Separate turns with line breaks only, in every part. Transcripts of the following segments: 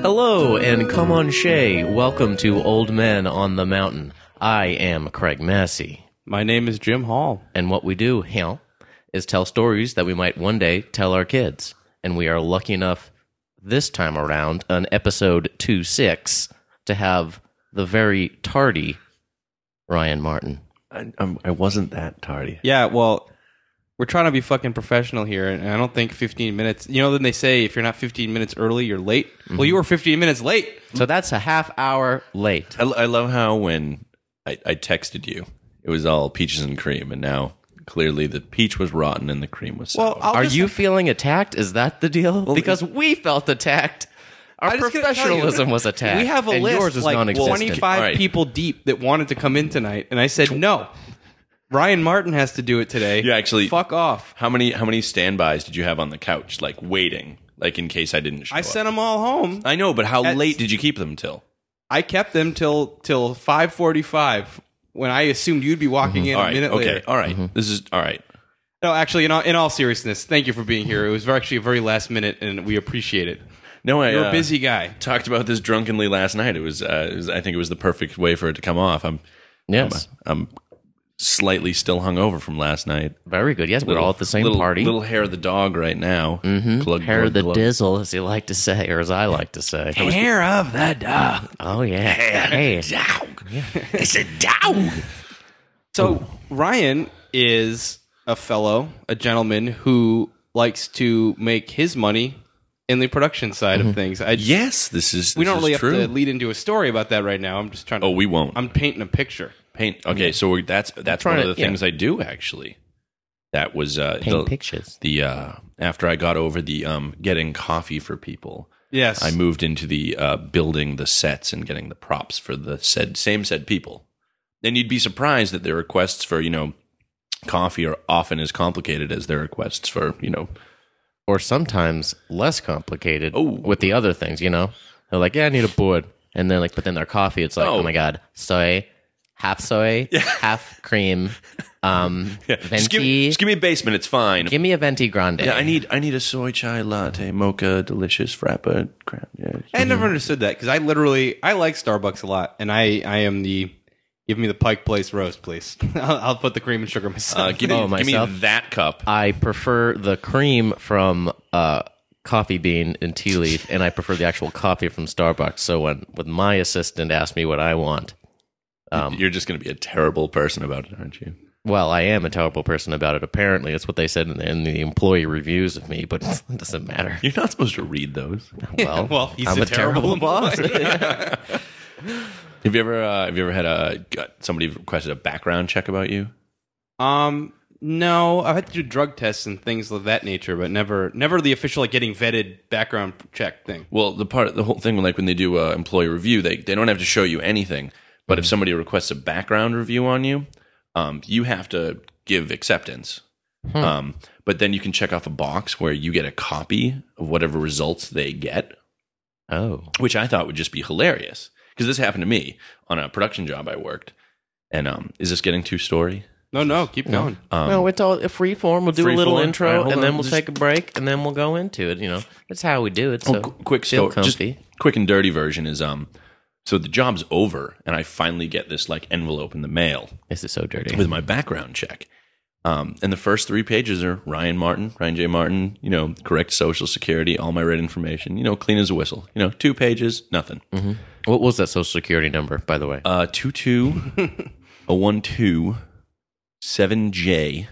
Hello and come on Shay. Welcome to Old Men on the Mountain. I am Craig Massey.
My name is Jim Hall.
And what we do here is tell stories that we might one day tell our kids. And we are lucky enough this time around on episode 2 6 to have the very tardy Ryan Martin.
I, I'm, I wasn't that tardy.
Yeah, well, we're trying to be fucking professional here, and I don't think 15 minutes. You know, then they say if you're not 15 minutes early, you're late. Well, you were 15 minutes late.
So that's a half hour late.
I, I love how when I, I texted you, it was all peaches and cream, and now clearly the peach was rotten and the cream was sour.
Well, I'll
Are
just-
you feeling attacked? Is that the deal? because we felt attacked. Our
I'm just gonna tell you,
professionalism was attacked.
We have a
and
list
Yours was
like
non-existent.
25
All right.
people deep that wanted to come in tonight, and I said no. Ryan Martin has to do it today.
Yeah, actually-
fuck off.
how many how many standbys did you have on the couch, like waiting, like in case I didn't show
I
up?
sent them all home.
I know, but how
That's-
late did you keep them till?
I kept them till till 5:45 when I assumed you'd be walking in
All
a
right,
minute
okay,
later.
all right. This is all right.
No, actually, in all, in all seriousness, thank you for being here. It was very- actually very last minute, and we appreciate it.
No, I
You're a
uh,
busy guy.
Talked about this drunkenly last night. It was, uh, it was, I think, it was the perfect way for it to come off. I'm,
Yes,
I'm slightly still hungover from last night.
very good. Yes, we're all at the same
little,
party.
Little hair of the dog right now. Mm-hmm. Glug,
hair of
glug,
the
glug.
dizzle, as you like to say, or as I like to say.
Hair of the dog.
Oh yeah, hey,
Dog. It's a dog.
So Ryan is a fellow, a gentleman who likes to make his money in the production side of things. I,
Mm-hmm. Yes, this is.
we
this
don't
is
really
true.
have to lead into a story about that right now. I'm just trying to.
Oh, we won't.
I'm painting a picture.
paint. Okay, so we're, that's that's
trying
one of
to-
the things I do actually. That was uh,
paint
the,
pictures.
the uh, after I got over the um, getting coffee for people.
Yes,
I moved into the uh, building the sets and getting the props for the said same said people. Then you'd be surprised that their requests for you know coffee are often as complicated as their requests for you know
Or sometimes less complicated
Oh.
with the other things. You know, they're like, yeah, I need a board, and then like, but then their coffee, it's like, oh,
Oh.
my god, soy, half soy, half cream, um, venti.
just give, me, just give me a basement. It's fine.
Give me a venti grande.
yeah, I need I need a soy chai latte, mocha, delicious frappa. Crap, yeah.
I never understood that because I literally I like Starbucks a lot, and I I am the give me the Pike Place roast, please. I'll, I'll put the cream and sugar
Uh,
myself.
give me,
Oh,
give me
myself?
that cup.
I prefer the cream from uh, Coffee Bean and Tea Leaf, and I prefer the actual coffee from Starbucks. So when, when my assistant asks me what I want, Um,
You're just going to be a terrible person about it, aren't you?
well, I am a terrible person about it. Apparently, that's what they said in the, in the employee reviews of me, but it doesn't matter.
You're not supposed to read those.
Well,
well, he's
I'm
a
a terrible,
terrible
boss.
Have you ever uh, have you ever had a got somebody requested a background check about you?
Um, no, I've had to do drug tests and things of that nature, but never, never the official like getting vetted background check thing.
Well, the part the whole thing like when they do uh, employee review, they they don't have to show you anything. But
Mm-hmm.
if somebody requests a background review on you, um, you have to give acceptance.
Hmm.
Um, but then you can check off a box where you get a copy of whatever results they get.
oh,
which I thought would just be hilarious because this happened to me on a production job I worked. And um, is this getting too story?
No, no, Uh, keep going.
no, it's all free form. We'll do a
free
little
form? All right,
intro,
hold
and then
on,
we'll
just-
take a break, and then we'll go into it. You know, that's how we do it. So
Qu- quick
feel
story, just
comfy.
quick and dirty version is um. So the job's over, and I finally get this like envelope in the mail
This is so dirty.
with my background check. Um, and the first three pages are Ryan Martin, Ryan J. Martin, you know, correct social security, all my right information, you know, clean as a whistle, you know, two pages, nothing.
what was that social security number, by the way?
Uh, two two, a one two, seven J,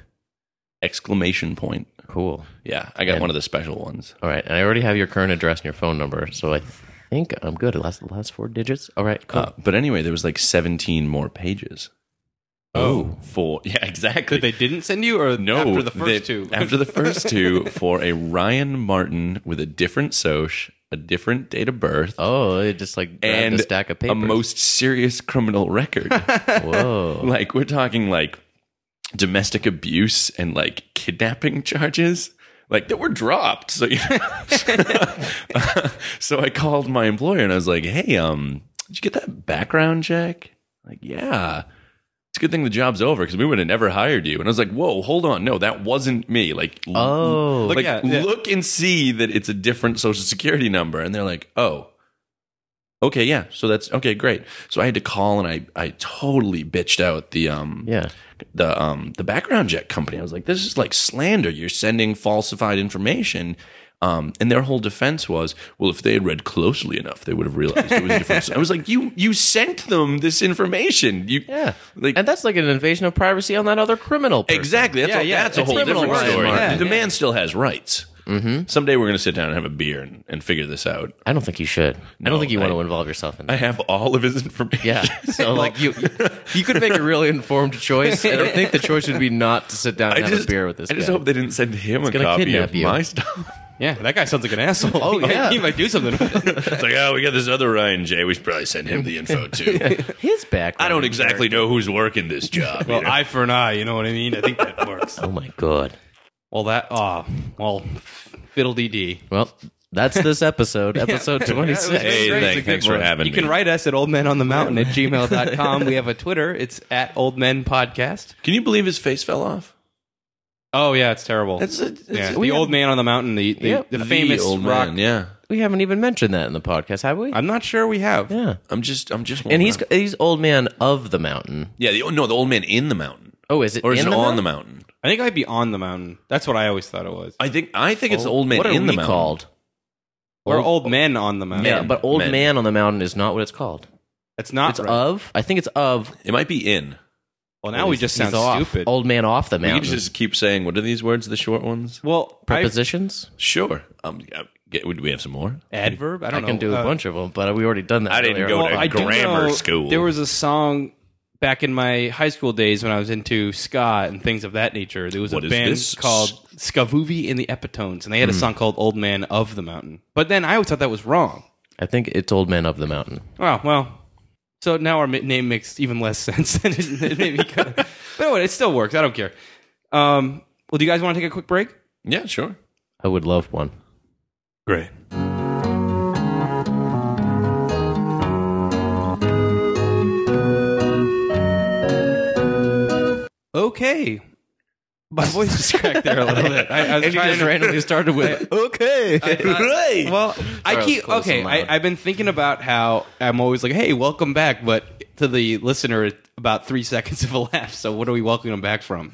exclamation point.
cool.
Yeah, I got one of the special ones.
All right, and I already have your current address and your phone number, so I think I'm good. Last last four digits. All right, cool.
Uh, but anyway, there was like 17 more pages. Oh, for yeah, exactly.
That they didn't send you, or
no,
after the first
they-
two.
after the first two, for a Ryan Martin with a different soch, a different date of birth,
oh, it just like grabbed
and
a stack of
a
papers.
most serious criminal record.
Whoa,
like we're talking like domestic abuse and like kidnapping charges like that were dropped so you so i called my employer and i was like hey um did you get that background check like yeah it's a good thing the job's over because we would have never hired you and i was like whoa hold on no that wasn't me like l-
oh,
like
yeah, yeah.
look and see that it's a different social security number and they're like oh Okay, yeah. So that's okay, great. So I had to call and I I totally bitched out the um
Yeah.
the um the background check company. I was like, this is like slander. You're sending falsified information. Um, and their whole defense was, well, if they had read closely enough, they would have realized it was a different. I was like, you you sent them this information. You
Yeah.
like
and that's like an invasion of privacy on that other criminal. person.
exactly. That's
Yeah,
a,
yeah,
that's a
it's
whole
criminal
different
rights,
story.
Mark.
Yeah.
The man still has rights. Mm-hmm. Someday we're gonna sit down and have a beer and, and figure this out.
I don't think you should. I
No,
don't think you
I-
want to involve yourself in
I
that.
have all of his information.
yeah. So like you, you could make a really informed choice. And I think the choice would be not to sit down and
I
have
just,
a beer with this
I just
guy.
hope they didn't send him a
gonna
copy
kidnap
of
you.
my stuff.
Yeah, that guy sounds like an asshole.
Oh,
He might-
yeah.
he might do something.
It's like, oh, we got this other Ryan J. We should probably send him the info too.
His background.
I don't exactly know who's working this job. you
well,
know?
eye for an eye. You know what I mean? I think that works.
Oh my god.
Well, that ah, well, fiddle dee.
Well, that's this episode, episode twenty
Yeah, it was
six.
hey,
great.
thank-
It's a good
thanks for
one.
having
You
me.
can write us at oldmenonthemountain at gmail.com. We have a Twitter. It's at oldmenpodcast.
Can you believe his face fell off?
Oh, yeah, it's terrible.
That's a, it's
yeah,
a-
the old man on the mountain, the, the,
Yep.
the
the
famous
old
rock.
man, Yeah,
We haven't even mentioned that in the podcast, have we?
I'm not sure we have.
yeah.
I'm just, I'm just.
And he's
wondering.
he's old man of the mountain.
yeah, the, no, the old man in the mountain,
Oh, is it
or is
in
it
the
on
mountain?
the mountain?
I think I'd be on the mountain. That's what I always thought it was.
I think, I think it's the old man
Oh, What are
in the
we
mountain.
called?
or old men on the mountain.
Yeah, but old
Men.
man on the mountain is not what it's called.
That's not
It's
right.
of. I think it's of.
It might be in.
Well, now we
He's-
just
he's
sound
off.
stupid.
Old man off the
We
mountain.
could just keep saying, what are these words? The short ones?
well, I,
Prepositions.
Sure. Um, yeah, get, would we have some more?
adverb? I
I,
don't know.
can do a
Uh,
bunch of them, but we already done that.
I didn't
earlier.
go
Well,
to-
I-
do
grammar
know
school.
There was a song back in my high school days when I was into ska and things of that nature. There was
What
a
is
band
this?
called Skavuvi and the Epitones, and they
Hmm.
had a song called Old Man of the Mountain. But then I always thought that was wrong.
I think it's old man of the mountain.
Oh, well. So now our mi- name makes even less sense than it, it maybe could. But anyway, it still works. I don't care. Um, well, do you guys want to take a quick break?
Yeah, sure.
I would love one.
Great.
Okay. My voice was cracked there a little bit. I, I was
And you
trying
just
to
randomly started with okay.
Great.
Well, I
was
keep
close
okay.
and
I,
loud.
I've been thinking about how I'm always like, "Hey, welcome back," but to the listener, about three seconds of a laugh. So, what are we welcoming them back from?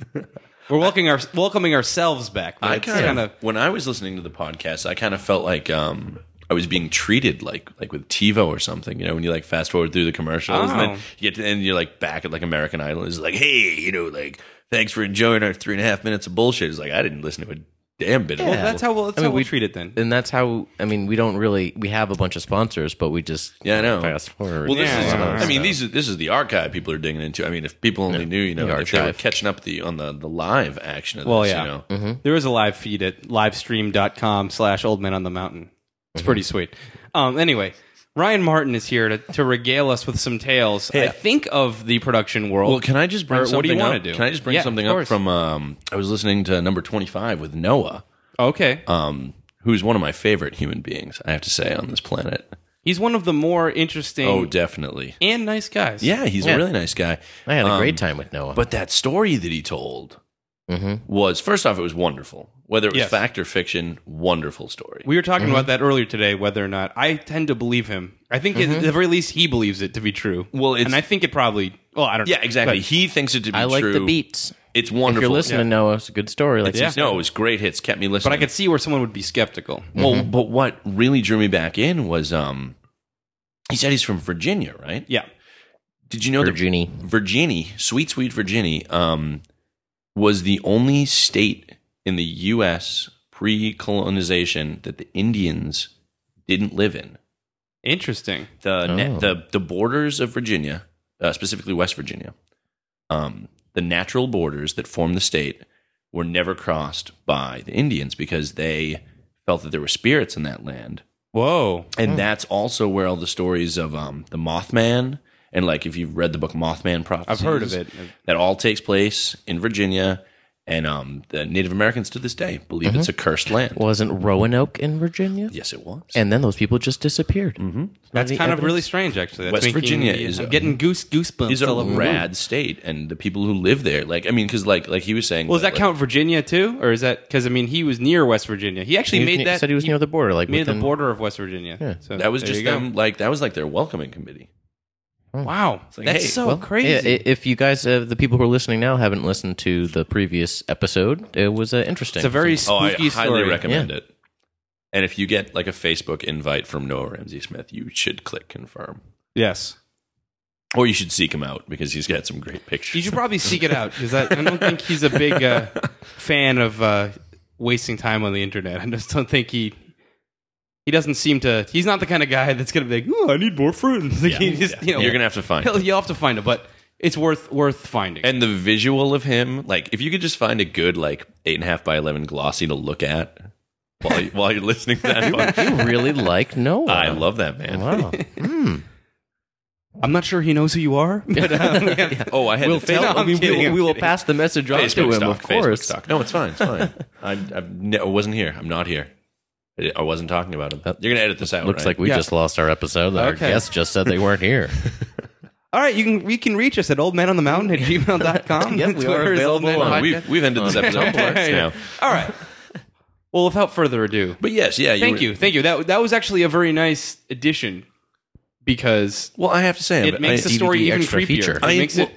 We're welcoming our welcoming ourselves back. but
I
it's
kind of when I was listening to the podcast, I kind of felt like um, I was being treated like like with TiVo or something. You know, when you like fast forward through the commercials, and then
Oh.
you get to the end, you're like back at like American Idol. It's like, hey, you know, like thanks for enjoying our three and a half minutes of bullshit. It's like I didn't listen to a damn bit. of
well,
it.
that's how we'll, that's
mean,
how we
we-
treat it then.
And that's how I mean we don't really we have a bunch of sponsors, but we just
Yeah, I know.
fast forward.
Well, this
Yeah,
is.
yeah,
I mean, these are, this is the archive people are digging into. I mean, if people only knew, you know,
the
if they were
archive.
catching up the on the, the live action of this,
Well, yeah.
you know,
There is a live feed at livestream.com slash old men on the mountain. It's pretty
Mm-hmm.
sweet. Um, anyway, Ryan Martin is here to, to regale us with some tales, I think, of the production world.
Well, can I just bring
Or
something
what do you wanna
up?
do?
Can I just bring
Yeah,
something
of
up
course.
from um I was listening to number 25 with Noah,
okay.
um who's one of my favorite human beings, I have to say on this planet.
He's one of the more interesting
Oh, definitely.
and nice guys.
Yeah, he's
Yeah.
a really nice guy.
I had a
Um,
great time with Noah.
But that story that he told
Mhm.
was first off it was wonderful. Whether it was
Mm-hmm. Yes.
fact or fiction, wonderful story.
We were talking
Mm-hmm.
about that earlier today, whether or not I tend to believe him. I think at the very least he believes it to be true.
Well, Mm-hmm. it's-
and I think it probably. Well, I don't.
yeah, exactly.
but-
He thinks it to be
I like
true.
the beats.
It's
If
wonderful.
you're listening, Noah, it's a good story. Like
Yeah.
yeah.
It's- No, it was great hits. Kept me listening.
but I could Mm-hmm. see where someone would be skeptical.
Well, but what really drew me back in was um he said he's from Virginia, right?
Yeah.
Did you know that
Virginie.
Virginie, sweet sweet Virginie, um, was the only state in the U.S. pre-colonization that the Indians didn't live in.
Interesting.
The na-
Oh.
the the borders of Virginia, uh, specifically West Virginia, um, the natural borders that form the state were never crossed by the Indians because they felt that there were spirits in that land
Whoa.
and that's also where all the stories of um, the Mothman and like if you've read the book Mothman Prophecies,
heard of it.
That all takes place in Virginia, And um, the Native Americans to this day believe it's a cursed land.
Wasn't Roanoke in Virginia?
yes, it was.
And then those people just disappeared. Mm-hmm.
That's kind of really strange, actually. That's
West
making
Virginia
me-
is
I'm
a-
getting goose goosebumps.
These are
all
a
over my room.
rad state, and the people who live there, like I mean, because like like he was saying,
Well, does that
like,
count Virginia too, or is that because I mean he was near West Virginia? He actually made that
said he was near the border, like
near the
within-
border of West Virginia.
Yeah.
so
That was
there
just
you go.
them, like that was like their welcoming committee.
Wow,
like,
that's
hey,
so
Well,
Oh, crazy.
yeah, i- if you guys, uh, the people who are listening now, haven't listened to the previous episode, it was uh, interesting.
it's a very
Oh, I
spooky
highly
story.
recommend it. And if you get like a Facebook invite from Noah Ramsey Smith, you should click confirm,
Yes,
or you should seek him out because he's got some great pictures.
you should probably seek it out because I, I don't think he's a big uh, fan of uh, wasting time on the internet. I just don't think he he doesn't seem to. He's not the kind of guy that's gonna be like, "Oh, I need more friends." Like, he just, you know,
You're gonna have to find
He'll-
it.
You'll have to find it, but it's worth worth finding.
And the visual of him, like if you could just find a good like eight and a half by eleven glossy to look at while you, while you're listening to that, podcast,
you really like Noah.
I love that man.
Wow.
I'm not sure he knows who you are, but um, yeah.
Oh, I had
we'll
to
tell.
No,
I
I'm
mean, we
kidding,
will,
I'm
we will
kidding.
pass the message on to
Facebook
him,
stalk,
of
Facebook
course.
stalk. No, it's fine. It's fine. I, I've ne- I wasn't here. I'm not here. I I wasn't talking about him. You're gonna edit this out.
Looks
right?
like we
Yeah.
just lost our episode. Our
Okay.
guest just said they weren't here.
all right, you can you can reach us at oldmanonthemountain at gmail.com.
Yep, we are
Twitter is
available
oldmanonthemountain.
on-
Well, we've, we've ended this episode
Yeah, yeah.
now.
All right. Well, without further ado,
But yes, yeah.
thank
were-
you, thank you. That that was actually a very nice addition because
Well, I have to say,
it
I-
makes the
DVD
story even
extra
creepier.
feature.
It
I-
makes it.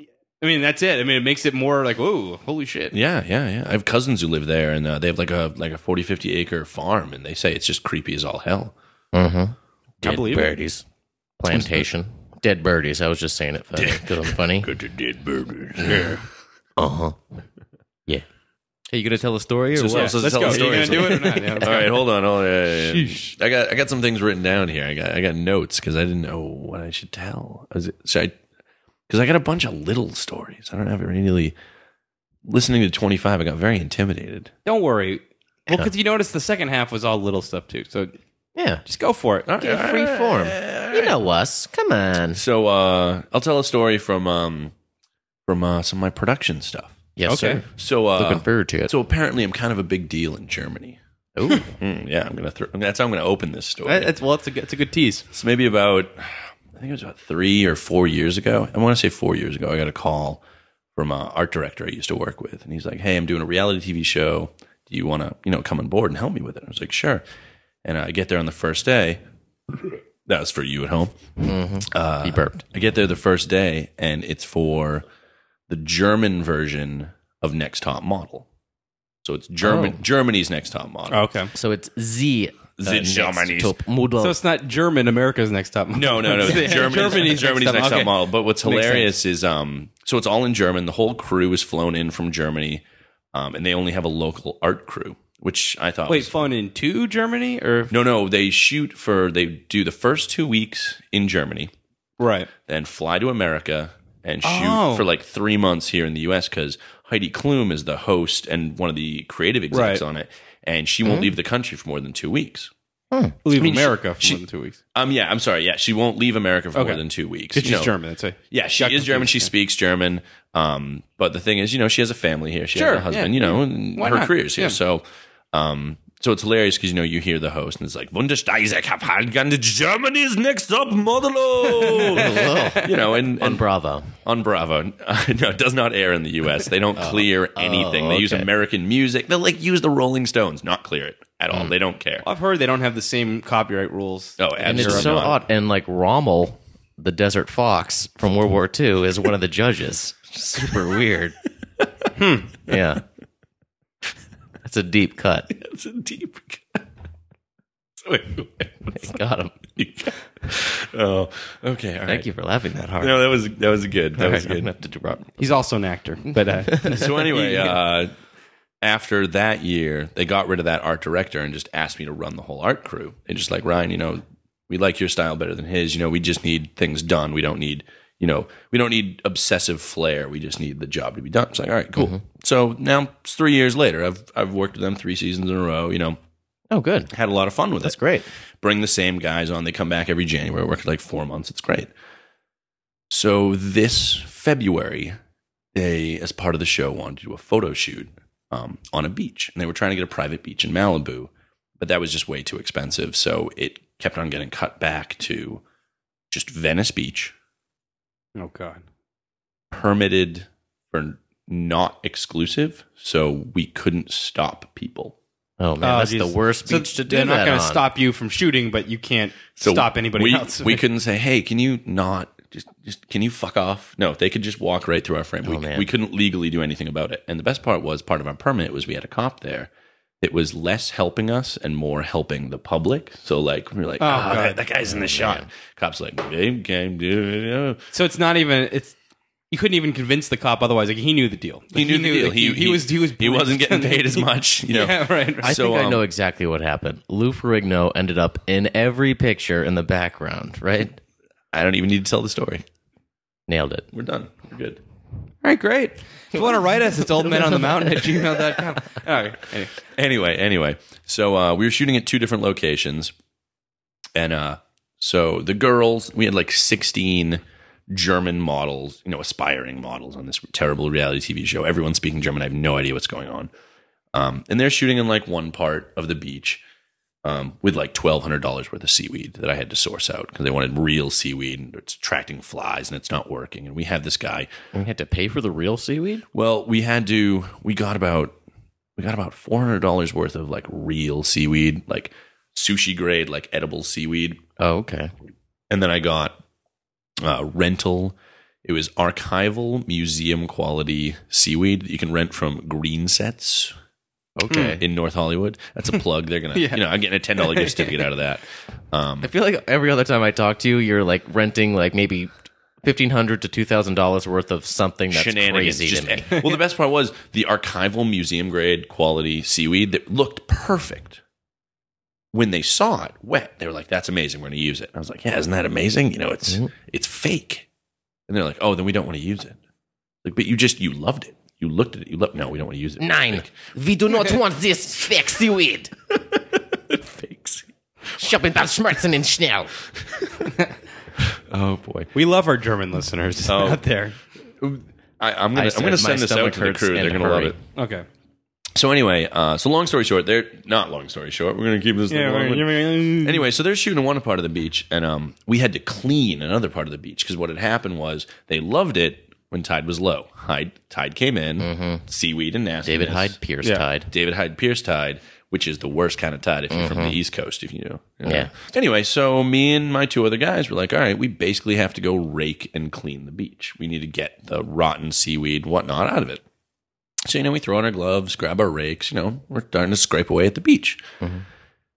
I mean, that's it. I mean, it makes it more like, whoa, holy shit.
yeah, yeah, yeah. I have cousins who live there, and uh, they have like a like a 40, 50 acre farm, and they say it's just creepy as all hell.
Mm-hmm. Dead
believe it.
birdies. Plantation. Dead birdies. I was just saying it because I'm funny.
Good to dead burgers. Yeah.
Uh huh. Yeah. Hey, you gonna tell a story or
So-
what?
so-
Let's go.
tell the
Are you
story.
gonna do it or not? Yeah, let's
All
go.
right, hold on. Hold on. Yeah, yeah, yeah.
Sheesh.
I got I got some things written down here. I got I got notes because I didn't know what I should tell. Is it, should I? Because I got a bunch of little stories. I don't have really listening to twenty five. I got very intimidated.
Don't worry. Well, because you noticed the second half was all little stuff too. So
Yeah.
just go for it.
Give free form. You know us. Come on.
So uh, I'll tell a story from um, from uh, some of my production stuff.
Yes,
Okay.
sir.
So uh,
Looking forward to it.
So apparently, I'm kind of a big deal in Germany.
Ooh.
Mm, yeah, I'm gonna. Th- that's how I'm gonna open this story.
That- that's- well, it's a, good- it's a good tease.
So maybe about, I think it was about three or four years ago. I want to say four years ago. I got a call from an art director I used to work with, and he's like, "Hey, I'm doing a reality TV show. Do you want to, you know, come on board and help me with it?" I was like, "Sure." And I get there on the first day. That was for you at home.
he burped.
I get there the first day, and it's for the German version of Next Top Model. So it's German Germany's Next Top Model.
Oh, Okay.
So it's Z. uh,
The
next
Germany's.
Top model.
So it's not German America's Next Top Model.
No, no, no.
Yeah,
Germany's, Germany's,
Top
next, top
Okay.
model. But what's hilarious is um, so it's all in German. The whole crew was flown in from Germany, um, and they only have a local art crew, which I thought.
Wait,
was,
flown into Germany or
no, no. They shoot for they do the first two weeks in Germany,
right?
then fly to America and shoot
Oh.
for like three months here in the U.S. Because Heidi Klum is the host and one of the creative execs
Right. Mm-hmm.
on it, and she won't leave the country for more than two weeks.
Leave
mean, she-
America for
she-
more than two weeks.
Um, yeah, I'm sorry. Yeah, she won't leave America for more
Okay.
than two weeks.
She's
You know,
German. That's it.
Yeah, she is German. She speaks German. Um, but the thing is, you know, she has a family here. She
Sure,
has a husband.
yeah.
you know, and
Why
her
not?
career's here.
Yeah.
So, um, so it's hilarious because you know you hear the host and it's like Wundersteisek have had gone to Germany's next top model. you know, and,
on
and
Bravo.
on Bravo, no, it does not air in the U.S. They don't clear anything. They use
okay.
American music. They will like use the Rolling Stones, not clear it at all. They don't care.
I've heard they don't have the same copyright rules.
Oh,
And it's
absolutely
so
not.
odd. And like Rommel, the desert fox from World War II, is one of the judges. Super weird. hmm. Yeah. That's a deep cut.
It's a deep. Wait, wait.
Got him.
oh, okay. All right.
Thank you for laughing that hard.
No, that was that was good. That was
I'm
good.
gonna have to drop.
He's also an actor, but uh,
So anyway, uh, after that year, they got rid of that art director and just asked me to run the whole art crew. And just like Ryan, you know, we like your style better than his. You know, we just need things done. We don't need, you know, we don't need obsessive flair. We just need the job to be done. It's like, all right, cool.
Mm-hmm.
So now it's three years later. I've I've worked with them three seasons in a row. You know,
Oh, good.
had a lot of fun with
That's
it
great.
bring the same guys on. They come back every January, work like four months. It's great. So this February, they, as part of the show, wanted to do a photo shoot um, on a beach, and they were trying to get a private beach in Malibu, but that was just way too expensive, so it kept on getting cut back to just Venice Beach,
Oh God.
permitted for not exclusive, so we couldn't stop people.
Oh man,
Oh,
that's the
geez.
worst
So
beach to do
They're not
that
gonna
on.
stop you from shooting, but you can't
So
stop anybody
we,
else.
We couldn't say, "Hey, can you not just just can you fuck off?" No, they could just walk right through our frame.
Oh,
we,
man.
we couldn't legally do anything about it. And the best part was part of our permit was we had a cop there. It was less helping us and more helping the public. So like we were like,
Oh,
"Ah,
God.
that, that guy's in the shot." Cops like, "Game, game, dude."
So it's not even it's you couldn't even convince the cop otherwise. Like he knew the deal.
He knew the deal.
like, he, he was he was
he wasn't
briefed.
getting paid as much. You know,
yeah, right.
I
right.
So,
think I
um,
know exactly what happened. Lou Ferrigno ended up in every picture in the background, right?
I don't even need to tell the story.
Nailed it.
We're done. We're good.
All right, great. If you want to write us, it's oldmenonthemountain at gmail.com. All right. Anyway.
anyway, anyway, so uh, we were shooting at two different locations, and uh, so the girls, we had like sixteen German models, you know, aspiring models on this terrible reality TV show. Everyone's speaking German. I have no idea what's going on, um, and they're shooting in like one part of the beach. Um, with like twelve hundred dollars worth of seaweed that I had to source out because they wanted real seaweed and it's attracting flies and it's not working. And we have this guy
We had to pay for the real seaweed.
well, we had to. We got about we got about four hundred dollars worth of like real seaweed, like sushi grade, like edible seaweed,
Oh, okay.
and then I got uh, rental. It was archival museum quality seaweed that you can rent from Green Sets
Okay.
in North Hollywood. That's a plug. They're gonna,
Yeah.
you know, I'm getting a ten dollar gift certificate out of that. Um,
I feel like every other time I talk to you, you're like renting like maybe fifteen hundred to two thousand dollars worth of something that's
shenanigans.
crazy
just-
to me.
well, the best part was the archival museum grade quality seaweed that looked perfect. When they saw it wet, they were like, "That's amazing. We're going to use it." I was like, "Yeah, isn't that amazing? You know, it's
Mm-hmm.
it's fake." And they're like, "Oh, then we don't want to use it." Like, but you just you loved it. You looked at it. You loved. No, we don't want to use it.
Nine. We do not want this fake seaweed.
Fake seaweed.
Shopping about Schmerzen and Schnell.
Oh boy.
We love our German listeners
Oh.
out there.
I, I'm
I
gonna I am
said
gonna
my
send this out
stomach
to the
hurts
crew. They're
and
gonna love
hurry.
it.
Okay.
So anyway, uh, so long story short, they're not long story short. We're gonna keep this. the long one.
anyway.
Anyway, so they're shooting in one part of the beach, and um, we had to clean another part of the beach because what had happened was they loved it when tide was low. Hyde, tide came in, seaweed and nastiness.
Mm-hmm. David Hyde Pierce
Yeah.
Tide.
David Hyde Pierce tide, which is the worst kind of tide if you're from the East Coast, if you know.
Mm-hmm. Yeah.
Anyway, so me and my two other guys were like, all right, we basically have to go rake and clean the beach. We need to get the rotten seaweed, whatnot, out of it. So, you know, we throw on our gloves, grab our rakes, you know, we're starting to scrape away at the beach.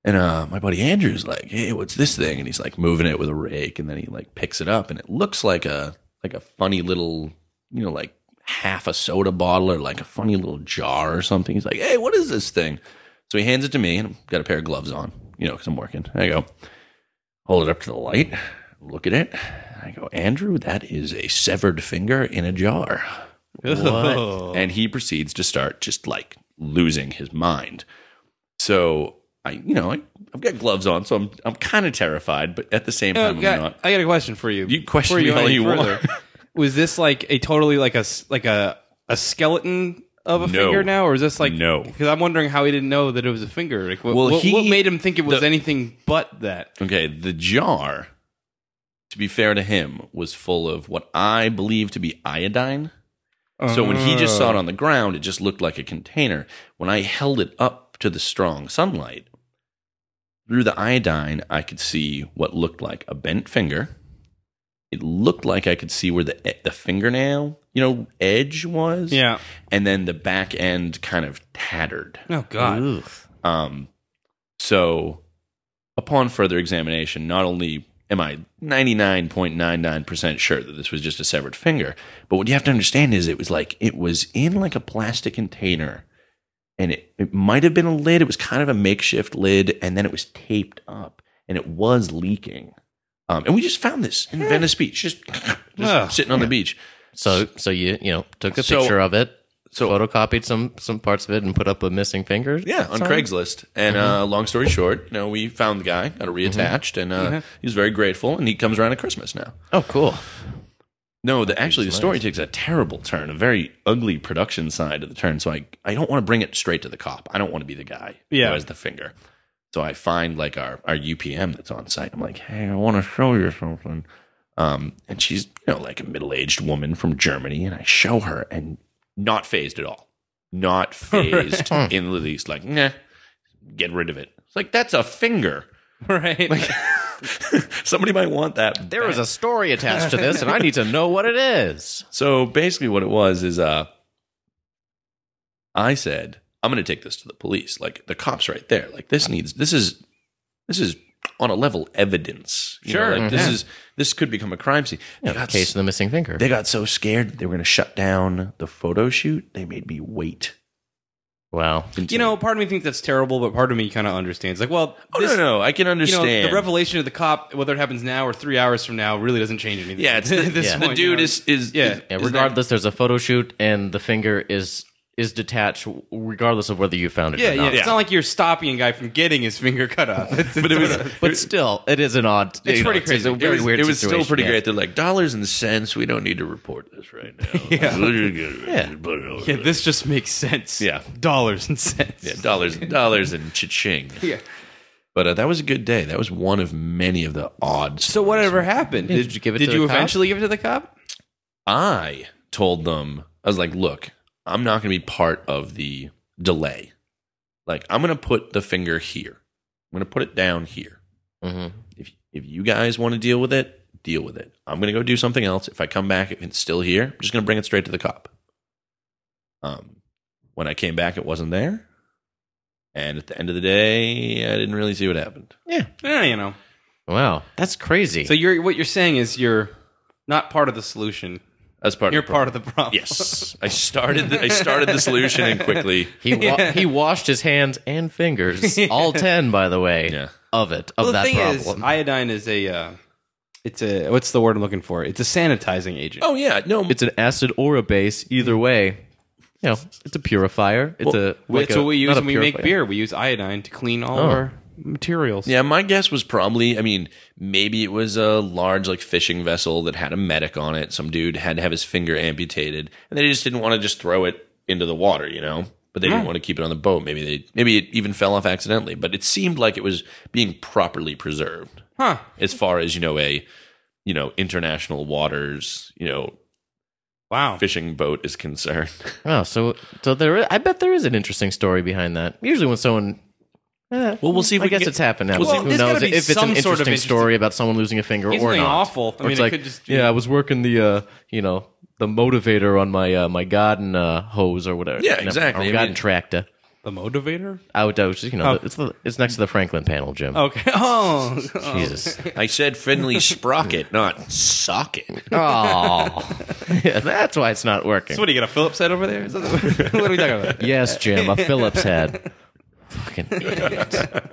And uh, my buddy Andrew's like, hey, what's this thing? And he's like moving it with a rake, and then he like picks it up, and it looks like a like a funny little, you know, like half a soda bottle or like a funny little jar or something. He's like, hey, what is this thing? So he hands it to me, and I've got a pair of gloves on, you know, because I'm working. I go, hold it up to the light, look at it. I go, Andrew, that is a severed finger in a jar.
Uh-huh.
And he proceeds to start just like losing his mind. So I, you know, I, I've got gloves on, so I'm I'm kind of terrified, but at the same
Oh,
time,
God,
I'm not.
I got a question for you.
You question
Before
me
go
all
any
you
further,
want.
Was this like a totally like a s- like a a skeleton of a
No.
finger now, or is this like
No.
Because I'm wondering how he didn't know that it was a finger. Like, what,
Well,
what,
he-
what made him think it was
the-
anything but that?
Okay, the jar, to be fair to him, was full of what I believe to be iodine. So when he just saw it on the ground, it just looked like a container. When I held it up to the strong sunlight, through the iodine, I could see what looked like a bent finger. It looked like I could see where the e, the fingernail, you know, edge was.
Yeah.
And then the back end kind of tattered.
Oh God.
Um, so, upon further examination, not only am I 99.99% sure that this was just a severed finger, but what you have to understand is it was like, it was in like a plastic container. And it, it might have been a lid. It was kind of a makeshift lid. And then it was taped up and it was leaking. Um, and we just found this in Venice Beach, just, just
Ugh.
sitting on the beach.
So so you you know took a
So-
picture of it,
so-
photocopied some some parts of it, and put up a missing finger.
Yeah, on
sign?
Craigslist. And uh, long story short, you know, we found the guy, got it reattached, and uh, he was very grateful. And he comes around at Christmas now.
Oh, cool.
No, the, actually, the story takes a terrible turn, a very ugly production side of the turn. So I, I don't want to bring it straight to the cop. I don't want to be the guy
Yeah.
who has the finger. So I find like our, our UPM that's on site. I'm like, hey, I want to show you something. Um, and she's you know like a middle aged woman from Germany, and I show her, and not phased at all, not phased in the least. Like, nah, get rid of it. It's like that's a finger.
right?
Somebody might want that.
There is a story attached to this, and I need to know what it is.
So basically, what it was is, uh, I said, I'm going to take this to the police. Like the cops right there. Like this needs this is this is on a level evidence. You know,
Sure.
like this is this could become a crime scene. They got
Case
s-
of the missing finger.
they got so scared that they were going to shut down the photo shoot. They made me wait.
Wow.
you know, part of me thinks that's terrible, but part of me kind of understands. Like, well,
Oh,
this,
no, no, no, I can
you know,
understand.
the revelation of the cop, whether it happens now or three hours from now, really doesn't change anything.
yeah, it's the,
At this
yeah.
the
point, you
dude
know.
is is
Yeah.
is-
Yeah,
is that-
regardless, there's a photo shoot, and the finger is is detached, regardless of whether you found it
Yeah,
or
yeah.
not.
It's not like you're stopping a guy from getting his finger cut off. It's,
but it was
But still, it is an odd.
It's
you
pretty
a
crazy.
very
it was,
weird
it was
situation.
still pretty
yeah.
great. They're like dollars and cents. We don't need to report this right now. yeah.
yeah, this just makes sense.
Yeah.
dollars and cents.
Yeah, dollars and dollars and cha-ching.
Yeah.
But uh, that was a good day. That was one of many of the odds.
So whatever happened?
Yeah, did you give it
Did
to the
you
cop?
eventually give it to the cop?
I told them, I was like, look, I'm not going to be part of the delay. Like, I'm going to put the finger here. I'm going to put it down here.
Mhm.
If, if you guys want to deal with it, deal with it. I'm going to go do something else. If I come back, if it's still here, I'm just going to bring it straight to the cop. Um, when I came back, it wasn't there. And at the end of the day, I didn't really see what happened.
Yeah.
Yeah, Eh, you know.
Wow, that's crazy.
So you're what you're saying is you're not part of the solution.
That's part
You're
of the problem.
part of the problem.
Yes, I started. The, I started the solution and quickly.
he wa- he washed his hands and fingers, all ten, by the way,
Yeah.
of it of
Well, the
that
thing
problem.
is, iodine is a. Uh, it's a what's the word I'm looking for? It's a sanitizing agent.
Oh yeah, no,
it's an acid or a base,
Mm.
either way. You know, it's a purifier. It's a. like
That's
a-
what we use
not a
when we make
purifier.
beer. We use iodine to clean all
Oh.
our materials.
yeah. My guess was probably. I mean, maybe it was a large like fishing vessel that had a medic on it. Some dude had to have his finger amputated, and they just didn't want to just throw it into the water, you know. But they didn't want to keep it on the boat. Maybe they. Maybe it even fell off accidentally. But it seemed like it was being properly preserved,
Huh.
as far as you know a, you know, international waters, you know,
Wow.
fishing boat is concerned.
Oh, so so there. Is, I bet there is an interesting story behind that. Usually, when someone. eh,
Well, we'll see if
I
we can
guess
get-
it's happened now.
Well,
but who
there's
knows
gotta
if
be
it's an
some
interesting,
sort of interesting-
story about someone losing a finger
It's
or
nothing
not.
awful.
Or
I mean,
it's
it
like,
could just be-
yeah, I was working the uh, you know the motivator on my uh, my garden uh, hose or whatever.
Yeah,
Never-
exactly. I
Or
mean-
garden tractor.
The motivator?
I would, I was just, you know,
Oh.
the- it's the, it's next to the Franklin panel, Jim.
Okay. Oh.
Jesus.
I said Finley sprocket, not socket.
Oh, yeah, that's why it's not working.
So what do you got a Phillips head over there? Is that the- what are we talking about?
yes, Jim, a Phillips head. Fucking idiot.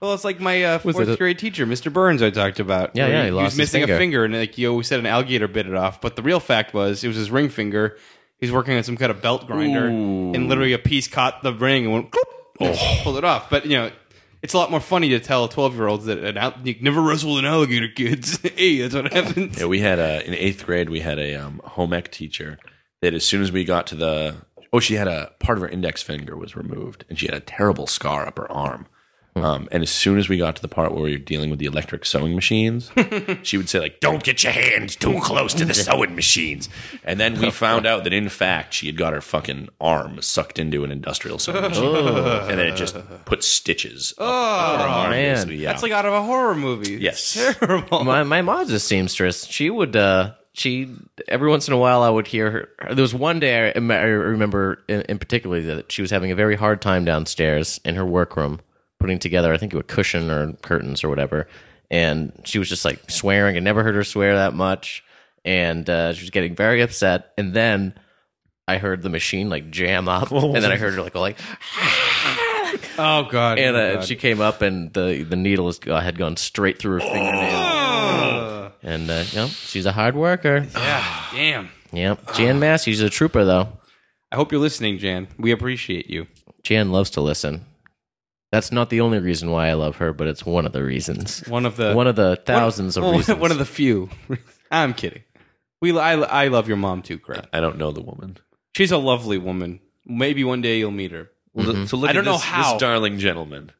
Well, it's like my uh, fourth
it a-
grade teacher, Mr. Burns, I talked about.
Yeah,
where
yeah, he
he,
lost
was
his
missing
finger.
a finger, and like you always said, an alligator bit it off. But the real fact was, it was his ring finger. He's working on some kind of belt grinder, and literally a piece caught the ring and went,
Oh.
pulled it off. But you know, it's a lot more funny to tell twelve-year-olds that an al- you never wrestle with an alligator, kids. hey, that's what happens.
Yeah, we had a in eighth grade we had a um, home ec teacher that as soon as we got to the oh she had a part of her index finger was removed and she had a terrible scar up her arm. Um, and as soon as we got to the part where we were dealing with the electric sewing machines, she would say like, "Don't get your hands too close to the sewing machines." And then we found out that in fact she had got her fucking arm sucked into an industrial sewing machine, and then it just put stitches. Oh
man.
That's like out of a horror movie. It's
Yes.
terrible.
my my mom's a seamstress. She would uh she every once in a while I would hear her. There was one day I, rem- I remember in, in particular that she was having a very hard time downstairs in her workroom putting together I think a cushion or curtains or whatever, and she was just like swearing. I never heard her swear that much, and uh, she was getting very upset. And then I heard the machine like jam up, and then I heard her like go like
Oh god.
and
oh,
uh,
God.
she came up, and the the needle is, uh, had gone straight through her
Oh.
fingernail. And uh, you know, she's a hard worker.
yeah. Damn.
Yep. Jan Massey's a trooper, though.
I hope you're listening, Jan. We appreciate you.
Jan loves to listen. That's not the only reason why I love her, but it's one of the reasons.
Uh, One of the
One of the thousands of
Well,
reasons.
One of the few. I'm kidding. We I, I love your mom too, Craig.
I don't know the woman.
She's a lovely woman. Maybe one day you'll meet her.
Well,
Mm-hmm.
th- So look
I
at
don't know
this,
how.
this darling gentleman.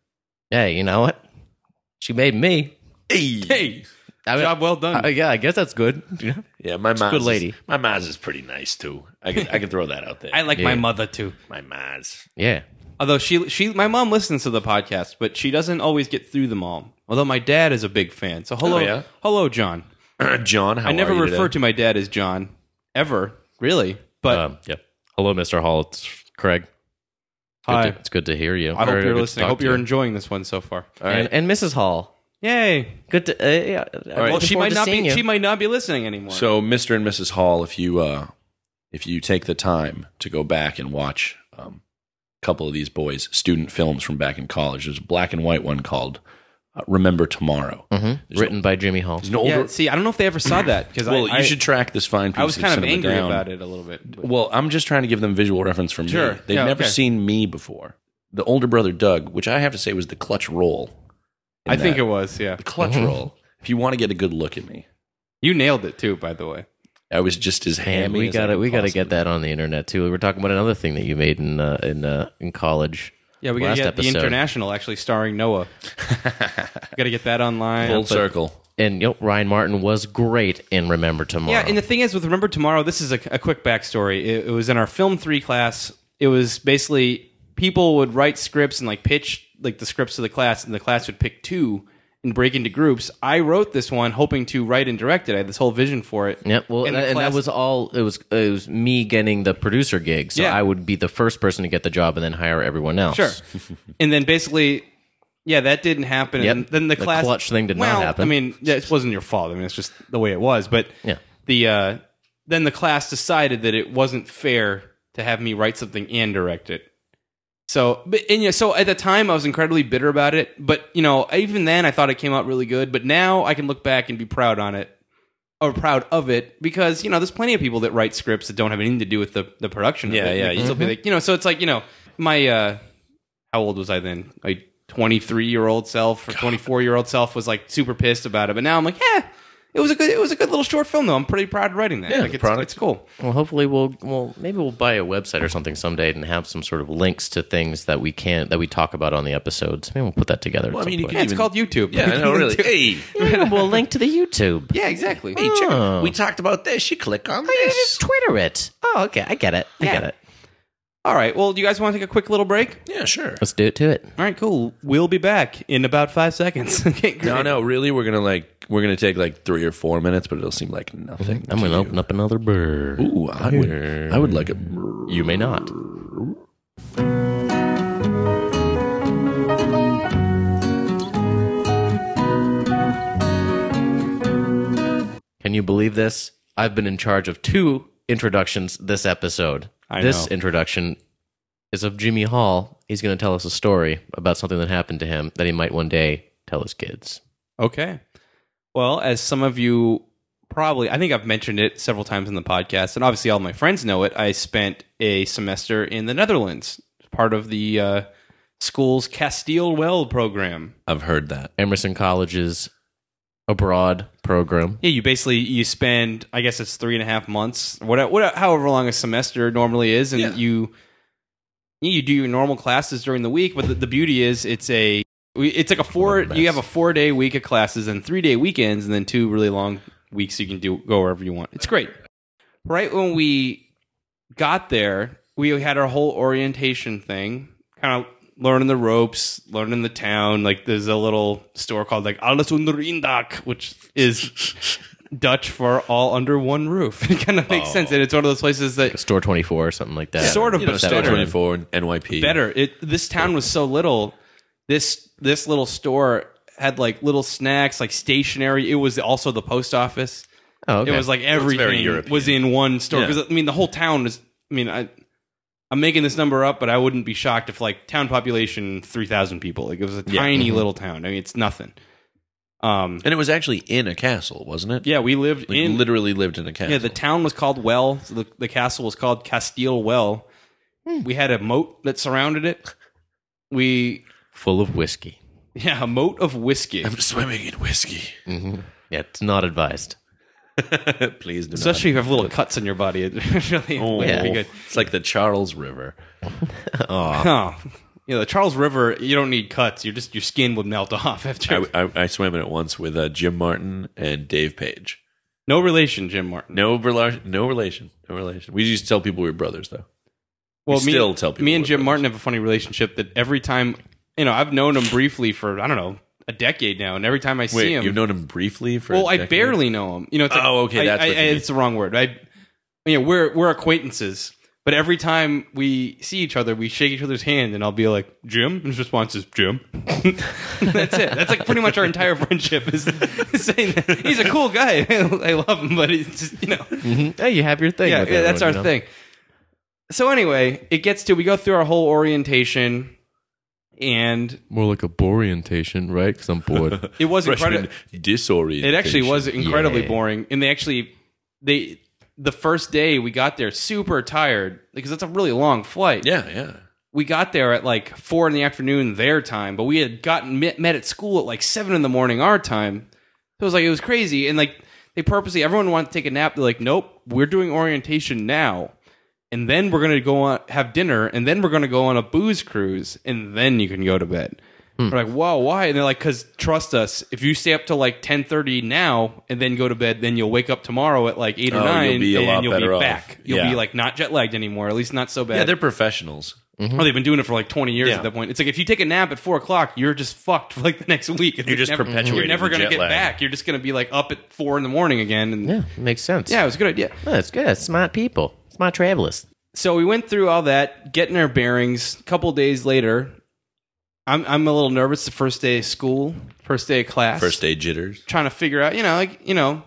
Hey, you know what? She made me.
Hey.
Hey,
I mean,
job well done.
I- yeah, I guess that's good.
Yeah, my mom's
good lady.
Is, my mom's is pretty nice too. I can I can throw that out there.
I like
Yeah.
my mother too.
my mom's.
Yeah.
Although she she my mom listens to the podcast, but she doesn't always get through them all. Although my dad is a big fan. So hello
Oh, yeah?
hello John.
John, how
I never
are you
refer
today?
to my dad as John ever, really. But
Um, yeah. Hello, Mr. Hall. It's Craig. Good
hi.
To, it's good to hear you.
I
Or
hope
good
you're
to
listening. I
talk
hope
to
you're
you.
enjoying this one so far.
and, and Mrs. Hall.
Yay.
Good to. Uh, yeah.
Well,
looking
she
forward
might
to
not be
seeing you.
she might not be listening anymore.
So, Mr. and Mrs. Hall, if you uh, if you take the time to go back and watch um, a couple of these boys' student films from back in college, there's a black and white one called uh, "Remember Tomorrow."
Written by Jimmy Hall.
There's an older.
Mm-hmm. yeah, see, I don't know if they ever saw that because
well,
I,
you should track this fine piece.
I was kind of
cinema
angry
down.
about it a little bit. but-
Well, I'm just trying to give them visual reference from
Sure.
me. They've
Yeah,
never
okay.
seen me before. The older brother Doug, which I have to say was the clutch role. in
I think
that.
it was, yeah.
the clutch role. If you want to get a good look at me,
You nailed it too, by the way.
I was just as
And
hammy.
we
as I
got to
could
we got to
possibly
get that on the internet too. We were talking about another thing that you made in uh, in uh, in college.
Yeah, we got to
Last
get the
episode.
international actually starring Noah. got to get that online.
Full circle.
And you know, Ryan Martin was great in Remember Tomorrow.
Yeah, and the thing is with Remember Tomorrow, this is a, a quick backstory. It, it was in our film three class. It was basically people would write scripts and like pitch like the scripts to the class, and the class would pick two and break into groups. I wrote this one hoping to write and direct it. I had this whole vision for it.
Yep. Well,
And
and,
the
and
class-
that was all. It was it was me getting the producer gig, so
Yeah.
I would be the first person to get the job, and then hire everyone else.
Sure. and then basically, yeah, that didn't happen.
Yep.
And then the,
The
class
clutch thing did not
well,
happen.
I mean, yeah, it wasn't your fault. I mean, it's just the way it was. But
Yeah.
the uh, then the class decided that it wasn't fair to have me write something and direct it. So, but and yeah, so at the time I was incredibly bitter about it. But you know, even then I thought it came out really good. But now I can look back and be proud on it or proud of it because you know there's plenty of people that write scripts that don't have anything to do with the, the production
Yeah,
of it.
yeah, Mm-hmm.
Like, it's something like- you know so it's like you know my uh how old was i then my 23 year old self or 24 year old self was like super pissed about it but now i'm like yeah it was a good it was a good little short film though i'm pretty proud of writing that yeah, like
the
it's,
product-
it's cool
Well, hopefully we'll well maybe we'll buy a website or something someday and have some sort of links to things that we can't that we talk about on the episodes. Maybe we'll put that together.
Well,
at
I mean,
some
you
point.
yeah, it's
Even-
called youtube
Yeah, I know, really. hey,
Yeah, we'll link to the YouTube.
yeah exactly
hey, check.
Oh.
We talked about this. You click on
You
this.
just Twitter it. Oh, okay. I get it. I
Yeah.
get it.
all right well do you guys want to take a quick little break
Yeah, sure.
Let's do it to it.
all right cool we'll be back in about five seconds okay great.
No, no, really, we're gonna like we're gonna take like three or four minutes, but it'll seem like nothing.
Mm-hmm. I'm going to open up another burr.
Ooh, I would, I would like a.
You may not. Can you believe this? I've been in charge of two introductions this episode.
I
this
know.
introduction is of Jimmy Hall. He's going to tell us a story about something that happened to him that he might one day tell his kids.
Okay. Well, as some of you probably, I think I've mentioned it several times in the podcast, and obviously all my friends know it. I spent a semester in the Netherlands, part of the uh, school's Castile Well program.
I've heard that.
Emerson College's abroad program.
Yeah, you basically you spend, I guess it's three and a half months, what, what, however long a semester normally is, and
Yeah.
you you do your normal classes during the week. But the, the beauty is, it's a we- it's like a four.
mess.
You have a four day week of classes, and three day weekends, and then two really long weeks you can do go wherever you want. It's great. Right when we got there, we had our whole orientation thing, kind of learning the ropes, learning the town. Like there's a little store called like Alles onder één dak, which is Dutch for all under one roof. It kind of makes sense, and it's one of those places that
Store 24 or something like that.
sort of,
You know,
but
Star
better
Twenty Four, NYP.
better. It this town was so little. This this little store had like little snacks, like stationery. It was also the post office.
Oh, okay.
It was like
very
everything
European.
was in one store.
Yeah.
Because I mean, the whole town is. I mean, I I'm making this number up, but I wouldn't be shocked if like town population three thousand people. Like it was a tiny little town. I mean, it's nothing. Um.
And it was actually in a castle, wasn't it?
Yeah, we lived
Like,
in
literally lived in a castle.
yeah, the town was called Well. So the, the castle was called Castile Well. We had a moat that surrounded it. We
full of whiskey.
yeah, a moat of whiskey.
I'm swimming in whiskey.
Yeah, it's not advised.
Please do not.
Especially if you have little cuts on your body, it really
Oh,
wouldn't be good.
It's like the Charles River.
Oh. You know, the Charles River, you don't need cuts. You're just your skin would melt off after.
I, I, I swam in it once with uh, Jim Martin and Dave Page.
no relation, Jim Martin.
No relation. No relation. No relation. We used to tell people we were brothers, though.
Well, me,
still tell people
me and
we're
Jim
brothers.
Martin have a funny relationship that every time, you know, I've known him briefly for I don't know a decade now, and every time I
Wait,
see him,
you've known him briefly for? a
well, I
decade?
barely know him. You know, it's like,
Oh, okay,
I-
that's
I-
what
I-
you mean.
it's the wrong word. I, you know, we're we're acquaintances, but every time we see each other, we shake each other's hand, and I'll be like Jim, and his response is Jim. that's it. That's like pretty much our entire friendship is, is saying that. he's a cool guy. I love him, but he's just you know.
Mm,
Hey, you have your thing.
Yeah,
with
yeah that's our
everyone, you know?
thing. So anyway, it gets to we go through our whole orientation, and
More like a orientation, right? Because I'm bored.
it was
freshman
incredible.
disorientation.
It actually was incredibly
Yeah.
boring, and they actually they the first day we got there super tired because it's a really long flight.
Yeah, yeah.
we got there at like four in the afternoon their time, but we had gotten met, met at school at like seven in the morning our time. So it was like it was crazy, and like they purposely everyone wanted to take a nap. They're like, nope, we're doing orientation now, and then we're gonna go on have dinner, and then we're gonna go on a booze cruise, and then you can go to bed.
Hmm.
We're like, whoa, why? And they're like, because trust us, if you stay up till like ten thirty now and then go to bed, then you'll wake up tomorrow at like eight or
Oh, you'll
nine,
be a
and
lot
you'll be
better off.
back. You'll
Yeah.
be like not jet lagged anymore, at least not so bad.
Yeah, they're professionals.
Oh, they've been doing it for like 20 years
Mm-hmm. Yeah.
at that point. It's like if you take a nap at four o'clock, you're just fucked for like the next week. It's
You're
like
just
never,
perpetuating
You're never
the
gonna
jet
get
lag.
back. You're just going to be like up at four in the morning again. And
yeah, makes sense.
yeah, it was a good idea.
No, that's good. Smart people. Smart travelers.
So we went through all that, getting our bearings. A couple days later, I'm I'm a little nervous. The first day of school, first day of class,
First aid jitters.
trying to figure out. You know, like you know,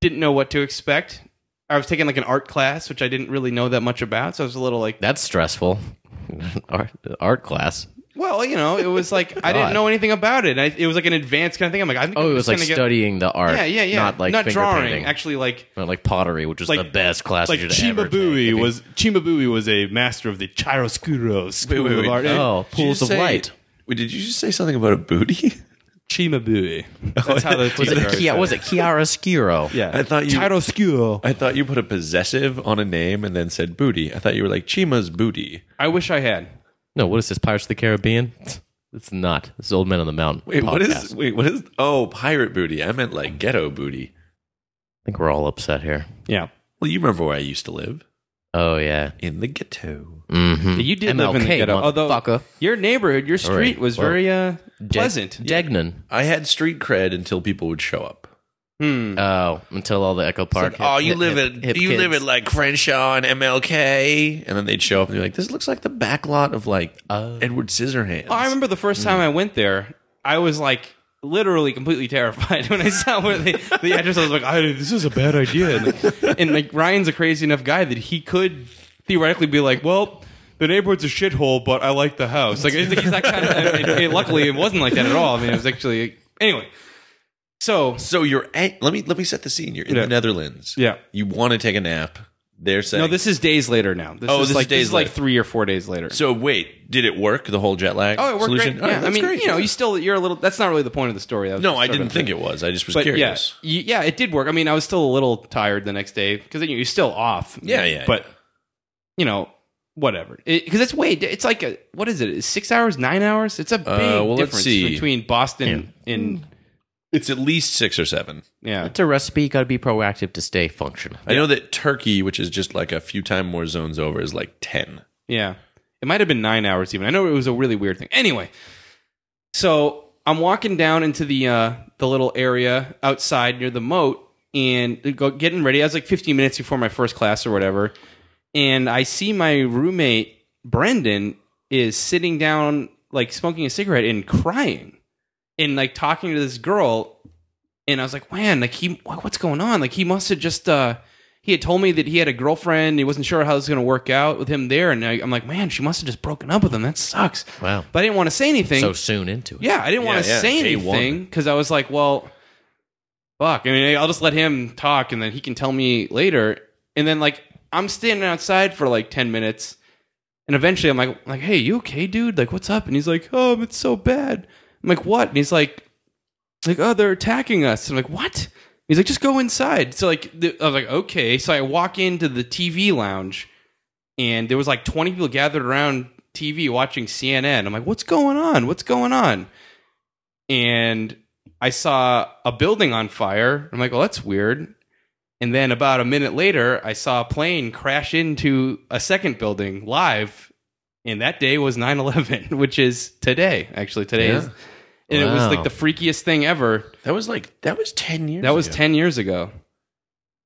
didn't know what to expect. I was taking like an art class, which I didn't really know that much about. So I was a little like,
That's stressful. art, art class.
Well, you know, it was like I didn't
God.
know anything about it. I, it was like an advanced kind of thing. I'm like, I think
Oh,
I'm
it was
just
like
gonna get-
studying the art.
yeah, yeah, yeah,
Not like finger
drawing.
painting.
Actually, like
Not like pottery, which is
Like-
the best class
like
you should ever take.
Chimabue
If you-
was Chimabue was a master of the chiaroscuro school
wait,
of
wait.
art.
Oh,
Did you
pools of
say-
light.
Wait, did you just say something about a booty?
Chimabue. That's how the
Was
teacher
it, Kia,
always
was it chiaroscuro?
said it. Yeah,
I thought you-
chiaroscuro.
I thought you put a possessive on a name and then said booty. I thought you were like Chima's booty.
I wish I had.
No, what is this? Pirates of the Caribbean? It's not. This is Old Men on the Mountain.
Wait, what is?
podcast.
Wait, what is? Oh, pirate booty. I meant like ghetto booty.
I think we're all upset here.
Yeah,
Well, you remember where I used to live
Oh yeah.
in the ghetto.
Mm-hmm.
you did live in the
MLK,
ghetto. Although
motherfucker.
your neighborhood, your street
right,
was
well,
very uh, pleasant.
Degnan.
I had street cred until people would show up. "Oh,
Hmm.
Oh, until all the Echo Park. hip- hip- hip- hip kids.
like Crenshaw and MLK, and then they'd show up and be like, "This looks like the back lot of like Edward Scissorhands."
I remember the first time I went there, I was like literally completely terrified when I saw where the, the address. I was like, I, "This is a bad idea." And, and like Ryan's a crazy enough guy that he could theoretically be like, "Well, the neighborhood's a shithole, but I like the house." Like he's he's that kind of. and- and luckily, it wasn't like that at all. I mean, it was actually anyway. So
So you're a- let me let me set the scene. You're in
Yeah.
the Netherlands.
Yeah.
you want to take a nap. They're saying
no, this is days later now. This
Oh,
is
this is
like this
days
is like
later.
three or four days later.
So wait, did it work? The whole jet lag.
oh, it worked
solution?
great.
All right,
Yeah, I
that's
mean,
great.
you know, you still you're a little. That's not really the point of the story. That was
no,
just
I
sort
didn't
of-
think it was. I just was
But
curious.
yeah, y- yeah, it did work. I mean, I was still a little tired the next day because you're still off.
Yeah, yeah,
But you know, whatever. Because it's way. di- It's like a what is it? It's six hours, nine hours. It's a big
Uh, well, let's
difference
see.
between Boston and
It's at least six or seven.
yeah.
It's a recipe. You got to be proactive to stay functional.
I know that Turkey, which is just like a few time more zones over, is like ten.
Yeah. It might have been nine hours even. I know it was a really weird thing. Anyway, so I'm walking down into the uh, the little area outside near the moat and go, getting ready. I was like 15 minutes before my first class or whatever. And I see my roommate, Brendan, is sitting down, like smoking a cigarette and crying and like talking to this girl. And I was like, man, like he, what's going on? Like he must have just, uh, he had told me that he had a girlfriend. He wasn't sure how this was going to work out with him there. And I, I'm like, man, she must have just broken up with him. That sucks.
Wow.
But I didn't want to say anything.
So soon into it.
yeah, I didn't want to
Yeah, yeah,
say
day one.
anything because I was like, well, fuck. I mean, I'll just let him talk and then he can tell me later. And then like I'm standing outside for like ten minutes, and eventually I'm like, like, hey, you okay, dude? Like, what's up? And he's like, oh, it's so bad. I'm like, what? And he's like, like, oh, they're attacking us. And I'm like, what? He's like, just go inside. So like, the, I was like, okay. So I walk into the TV lounge, and there was like 20 people gathered around TV watching CNN. I'm like, what's going on? What's going on? And I saw a building on fire. I'm like, well, that's weird. And then about a minute later, I saw a plane crash into a second building live. And that day was 9 11, which is today, actually. Today
Yeah.
is. And it was
Wow.
like the freakiest thing ever.
That was like that was ten years.
That was
ago.
10 years ago.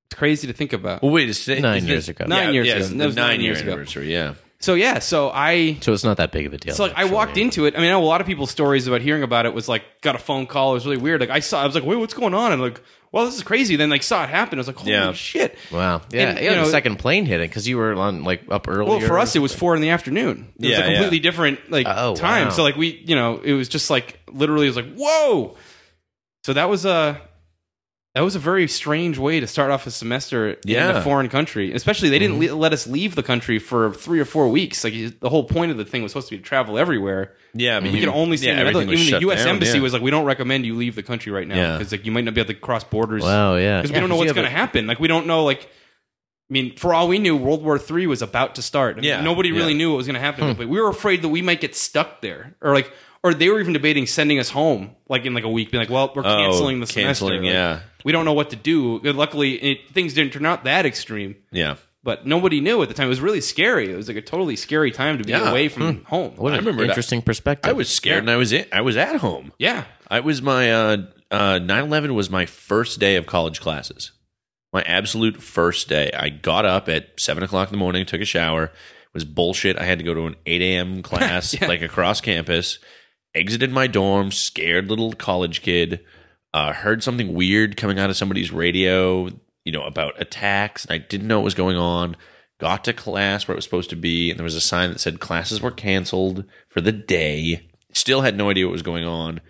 It's crazy to think about.
Well, wait, it's
Nine
it's-
years ago.
Nine years
yeah,
ago.
it's the
That was
nine,
nine
year
years ago.
anniversary. Yeah,
So, yeah, so I.
So it's not that big of a deal.
So like I walked into it. I mean, I know a lot of people's stories about hearing about it was like got a phone call. It was really weird. Like I saw, I was like, "Wait, what's going on?" And like, "Well, this is crazy." Then like saw it happen. I was like, "Holy
Yeah.
shit!"
Wow. Yeah.
And,
yeah.
you
the
know-
second plane hit it because you were on like up earlier.
Well, for us, it was four in the afternoon. It was
Yeah,
a completely different like
Oh,
time.
wow.
So like we, you know, it was just like literally, it was like whoa. So that was a that was a very strange way to start off a semester in
Yeah. Mm-hmm.
a foreign country. Especially they didn't le- let us leave the country for three or four weeks. Like you- the whole point of the thing was supposed to be to travel everywhere.
yeah. But
You can only see
yeah,
another-
everything was
even the
shut
U.S.
down,
embassy
yeah.
was like, we don't recommend you leave the country right now
Yeah.
because like you might not be able to cross borders.
Wow. Yeah.
Because
Yeah,
we don't know
'cause you
what's
have
going
a-
to happen. Like we don't know. Like I mean, for all we knew, World War III was about to start. I mean,
Yeah,
nobody really
yeah. Hmm.
knew what was going to happen. But we were afraid that we might get stuck there, or like, or they were even debating sending us home, like in like a week, being like, "Well, we're
Oh,
canceling the semester."
canceling,
Like,
yeah.
we don't know what to do. And Luckily, it, things didn't turn out that extreme.
Yeah,
But nobody knew at the time. It was really scary. It was like a totally scary time to be
Yeah. Hmm.
away from home.
What
I
an
remember that.
interesting perspective.
I was scared, and I was in, I was at home.
Yeah.
I was my uh uh 9/11 was my first day of college classes. My absolute first day. I got up at seven o'clock in the morning, took a shower. It was bullshit. I had to go to an eight a.m. class like across campus. Exited my dorm, scared little college kid. Uh, heard something weird coming out of somebody's radio, you know, about attacks, and I didn't know what was going on. Got to class where it was supposed to be, and there was a sign that said classes were canceled for the day. Still had no idea what was going on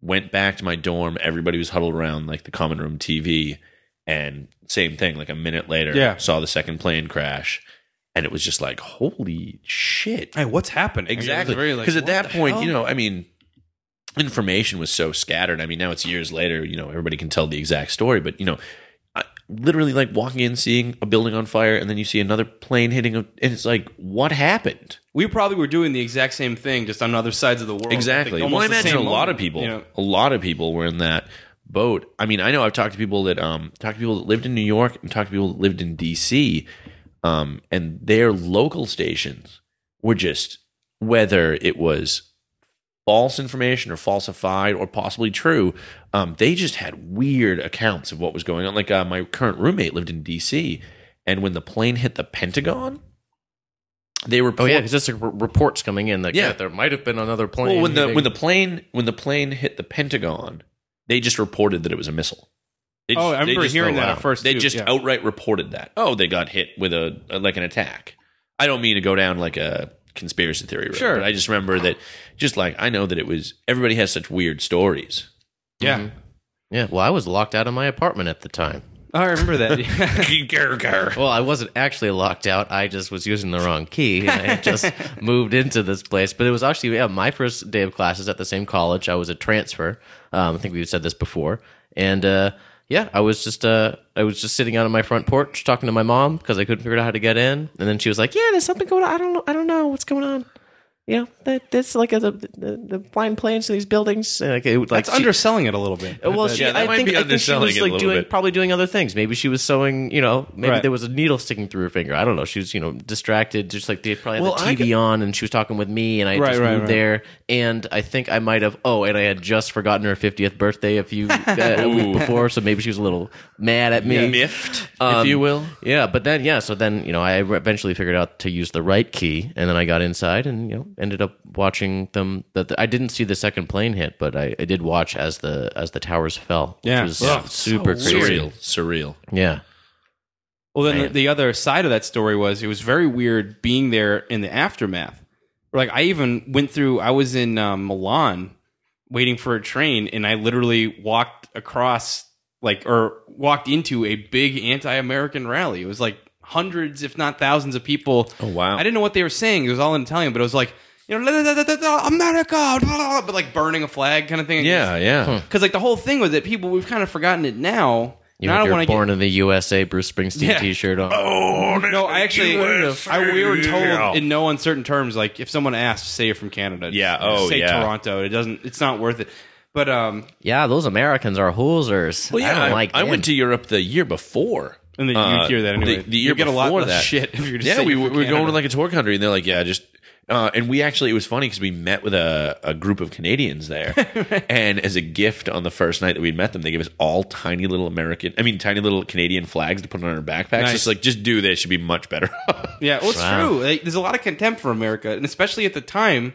went back to my dorm. Everybody was huddled around like the common room TV, and same thing. Like a minute later,
Yeah.
saw the second plane crash, and it was just like, holy shit!
Hey, what's happening?
Exactly,
Because
because at that point, you know, I mean, information was so scattered. I mean, now it's years later. You know, everybody can tell the exact story, but you know. I- Literally, like walking in, seeing a building on fire, and then you see another plane hitting, a, and it's like, what happened?
we probably were doing the exact same thing, just on other sides of the world.
Exactly.
Like,
well,
almost
I
the
imagine a
same
lot
moment,
of people,
you know.
a lot of people were in that boat. I mean, I know I've talked to people that um talked to people that lived in New York and talked to people that lived in D.C. Um, and their local stations were just whether it was false information or falsified or possibly true. Um, they just had weird accounts of what was going on. Like uh, my current roommate lived in D.C. and when the plane hit the Pentagon, they were
Oh yeah, because there's like, re- reports coming in that yeah.
Yeah.
there might have been another plane.
well, when the
hitting-
when the plane when the plane hit the Pentagon, they just reported that it was a missile. They
Oh, I
they
remember hearing that at
allowed-
first,
They
too,
just
yeah.
outright reported that. Oh, they got hit with a, a- like an attack. I don't mean to go down like a conspiracy theory road,
Sure.
but I just remember that. Just like I know that it was everybody has such weird stories.
Yeah.
Mm-hmm.
yeah, well, I was locked out of my apartment at the time.
Oh, I remember that.
Well, I wasn't actually locked out. I just was using the wrong key, and I had just moved into this place. But it was actually yeah, my first day of classes at the same college. I was a transfer. Um, I think we've said this before, and uh, yeah, I was just uh, I was just sitting out on my front porch talking to my mom because I couldn't figure out how to get in, and then she was like, "Yeah, there's something going on. I don't know. I don't know what's going on." You know, that, that's like a, the, the, the blind planes to these buildings. And like, it, would, like
That's
she-
underselling it a little bit.
well, she,
that
I,
might
think,
be
I think she
underselling
was
it a
like
little
doing
bit.
probably doing other things. Maybe she was sewing, you know, maybe
Right.
there was a needle sticking through her finger. I don't know. She was, you know, distracted, just like they probably had
Well,
the
I
TV on and she was talking with me and I
Right,
just
right,
moved
right.
there. And I think I might have, oh, and I had just forgotten her 50th birthday a few uh, a week before. So maybe she was a little mad at me.
Miffed,
Um,
if you will.
Yeah, but then yeah, so then you know I eventually figured out to use the right key, and then I got inside and you know ended up watching them. That I didn't see the second plane hit, but I, I did watch as the as the towers fell.
Yeah.
which was
Ugh,
super
so
crazy.
Surreal, surreal.
Yeah,
Well, then the,
Man.
the other side of that story was it was very weird being there in the aftermath. Like I even went through. I was in um, Milan waiting for a train, and I literally walked across, like, or walked into a big anti-American rally. It was like hundreds, if not thousands, of people.
Oh, wow.
I didn't know what they were saying. It was all in Italian, but it was like. You know, "La, la, la, la, la, America, blah, blah, blah," but like burning a flag kind of thing.
Yeah, yeah.
because like the whole thing was that people we've kind of forgotten it now
You
No, I
had
don't
your
wanna
born in the USA Bruce Springsteen
Yeah.
T-shirt on.
Oh.
No, I actually, I we were told in no uncertain terms, like if someone asked, say you're from Canada, just
Yeah, oh,
say
yeah.
Toronto. It doesn't, it's not worth it. But um,
Yeah, those Americans are hoosers.
Well, yeah,
I
I,
don't like.
I
them.
went to Europe the year before.
and then
Uh,
you hear that anyway.
The, the year
you get a lot
before
less
that.
shit if you're just
yeah,
saying
we
you're
were,
from
we were going
Canada.
to like a tour country, and they're like, "Yeah, just." Uh, and we actually, it was funny because we met with a, a group of Canadians there, and as a gift on the first night that we met them, they gave us all tiny little American, I mean, tiny little Canadian flags to put on our backpacks.
Nice.
It's like, just do this; should be much better.
Yeah, well, it's
Wow.
true. Like, there's a lot of contempt for America, and especially at the time.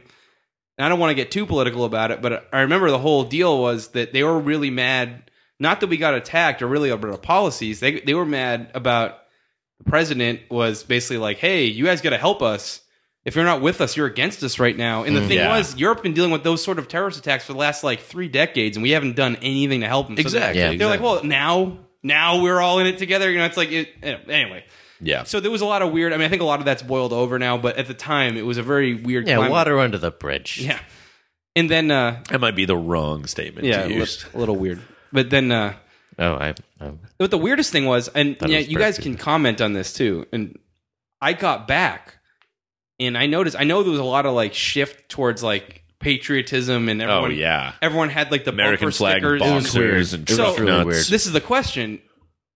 And I don't want to get too political about it, but I remember the whole deal was that they were really mad. Not that we got attacked or really about our policies. They they were mad about the president was basically like, "Hey, you guys got to help us. If you're not with us, you're against us right now." And the
Mm,
thing
yeah.
was, Europe been dealing with those sort of terrorist attacks for the last like three decades, and we haven't done anything to help them. So
exactly.
Yeah.
They're, they're like, "Well, now." Now we're all in it together, you know. It's like, it, eh, anyway.
yeah.
So there was a lot of weird. I mean, I think a lot of that's boiled over now, but at the time, it was a very weird.
Yeah,
climate.
water under the bridge.
Yeah, and then uh,
that might be the wrong statement
yeah,
to
a
use.
little, a little weird. But then, uh,
Oh, I. Um,
but the weirdest thing was, and
That
yeah,
was
you guys
perfect.
can comment on this too. And I got back, and I noticed. I know there was a lot of like shift towards like patriotism, and everyone.
oh yeah,
everyone had like the
American
bumper
flag
stickers.
boxers
weird.
and
It was
truck
really
nuts.
weird.
This is the question.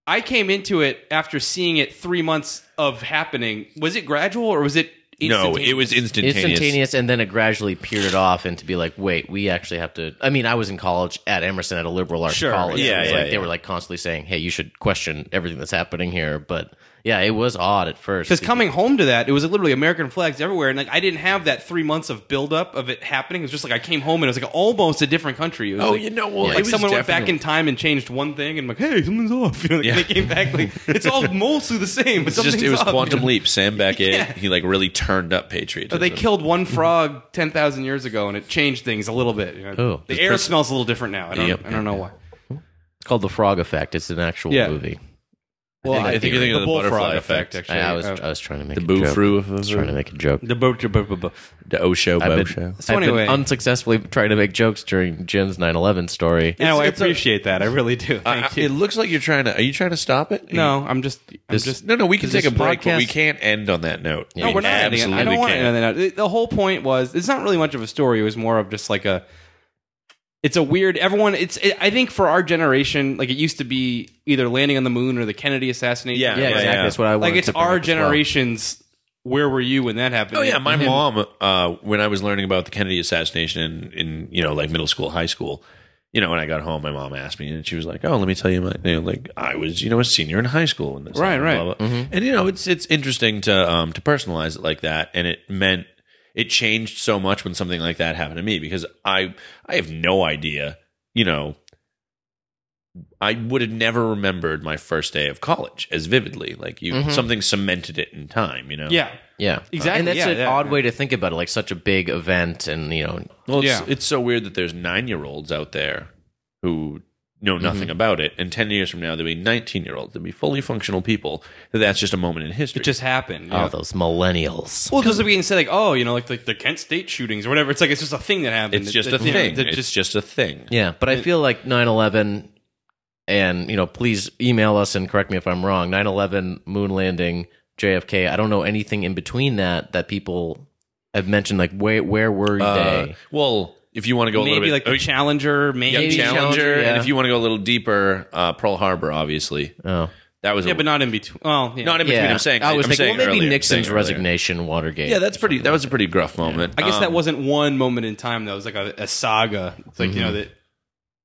I came into it after seeing it three months of happening. Was it gradual or was it?
No,
instantaneous?
it was instantaneous.
instantaneous, and then it gradually peered off, and to be like, wait, we actually have to. I mean, I was in college at Emerson at a liberal arts
Sure,
college.
yeah,
It was
yeah,
like, They
yeah.
were like constantly saying, "Hey, you should question everything that's happening here." But yeah, it was odd at first.
Because coming home to that, it was literally American flags everywhere, and like I didn't have that three months of buildup of it happening. It was just like I came home and it was like almost a different country. It was
Oh,
like,
you know, well,
like
it was
someone went back
definitely-
in time and changed one thing, and I'm like, hey, something's off. You know, like,
Yeah.
they came back like it's all mostly the same. But
It's just it was quantum
leap.
leap. Sam back in,
Yeah. Oh,
he like really turned up patriotism.
They killed one
Mm-hmm.
frog ten thousand years ago, and it changed things a little bit. you know.
Oh.
the air smells a little different now. I don't,
Yep.
I don't know why.
it's called the Frog Effect. It's an actual
Yeah.
movie.
Well,
I think you're thinking of the
bullfrog
butterfly effect. Oh.
I,
Actually,
I was,
Uh,
I was trying to make
the
a joke.
boo-froo of
I was trying to make a joke.
the boat. bo- bo- bo-
the Osho
I've
Bo
been-
show.
I've been
anyway-
unsuccessfully trying to make jokes during Jim's 9/11 story.
No, I
it's a-
appreciate that. I really do.
I-
Thank
I- It
you.
looks like you're trying to. Are you trying to stop it?
No, I'm just. I'm
This-
just.
no, no. We can
Is
take a
this
break, but we
podcast-
can't end on that note.
No,
No,
We
we're not ending it.
absolutely
I don't want to
can't.
end on that. The whole point was it's not really much of a story. It was more of just like a. It's a weird. Everyone. It's. It, I think for our generation, like it used to be either landing on the moon or the Kennedy assassination.
Yeah,
Yeah, exactly.
yeah.
That's what I wanted
Like it's
to bring
our
up as well.
generation's. Where were you when that happened?
Oh yeah, my mom. Uh, when I was learning about the Kennedy assassination in, in you know like middle school, high school, you know, when I got home, my mom asked me, and she was like, "Oh, let me tell you, my you know, like I was you know a senior in high school when this
Right,
happened,
right. Mm-hmm.
blah, blah. And you know, it's it's interesting to um to personalize it like that, and it meant it changed so much when something like that happened to me because I I have no idea, you know. I would have never remembered my first day of college as vividly. Like you, something cemented it in time. You know.
Mm-hmm. Yeah.
Yeah,
Exactly,
And that's
yeah,
an
yeah,
odd
yeah.
way to think about it. Like such a big event, and you know,
Well, it's,
Yeah.
it's so weird that there's nine year olds out there who know
Mm-hmm.
nothing about it, and ten years from now there'll be nineteen year olds, they'll be fully functional people. That that's just a moment in history.
It just happened. you
oh,
know?
those millennials.
Well, just being said, like, oh, you know, like, like the Kent State shootings or whatever. It's like it's just a thing that happened.
it's
It-
just
it-
a
you know,
thing.
that
it's
just-
just, a thing.
Yeah, but I feel like 9/11 and you know, please email us and correct me if I'm wrong. 9/11 moon landing, JFK. I don't know anything in between that that people have mentioned like where where were you
Uh,
they?
well, if you want to go a little
maybe
bit,
like
oh,
the Challenger,
yeah,
maybe
Challenger,
Challenger, yeah.
and if you want to go a little deeper, uh, Pearl Harbor, obviously.
Oh.
That was
yeah,
a,
but not in between. Well, yeah.
not in between. I'm saying
I was
I'm
thinking
saying
well, maybe
earlier, I'm saying
Nixon's
earlier.
resignation, Watergate.
Yeah, that's pretty. That was a pretty gruff moment.
I guess
Um,
that wasn't one moment in time. That was like a, a saga. It's like
Mm-hmm.
you know that.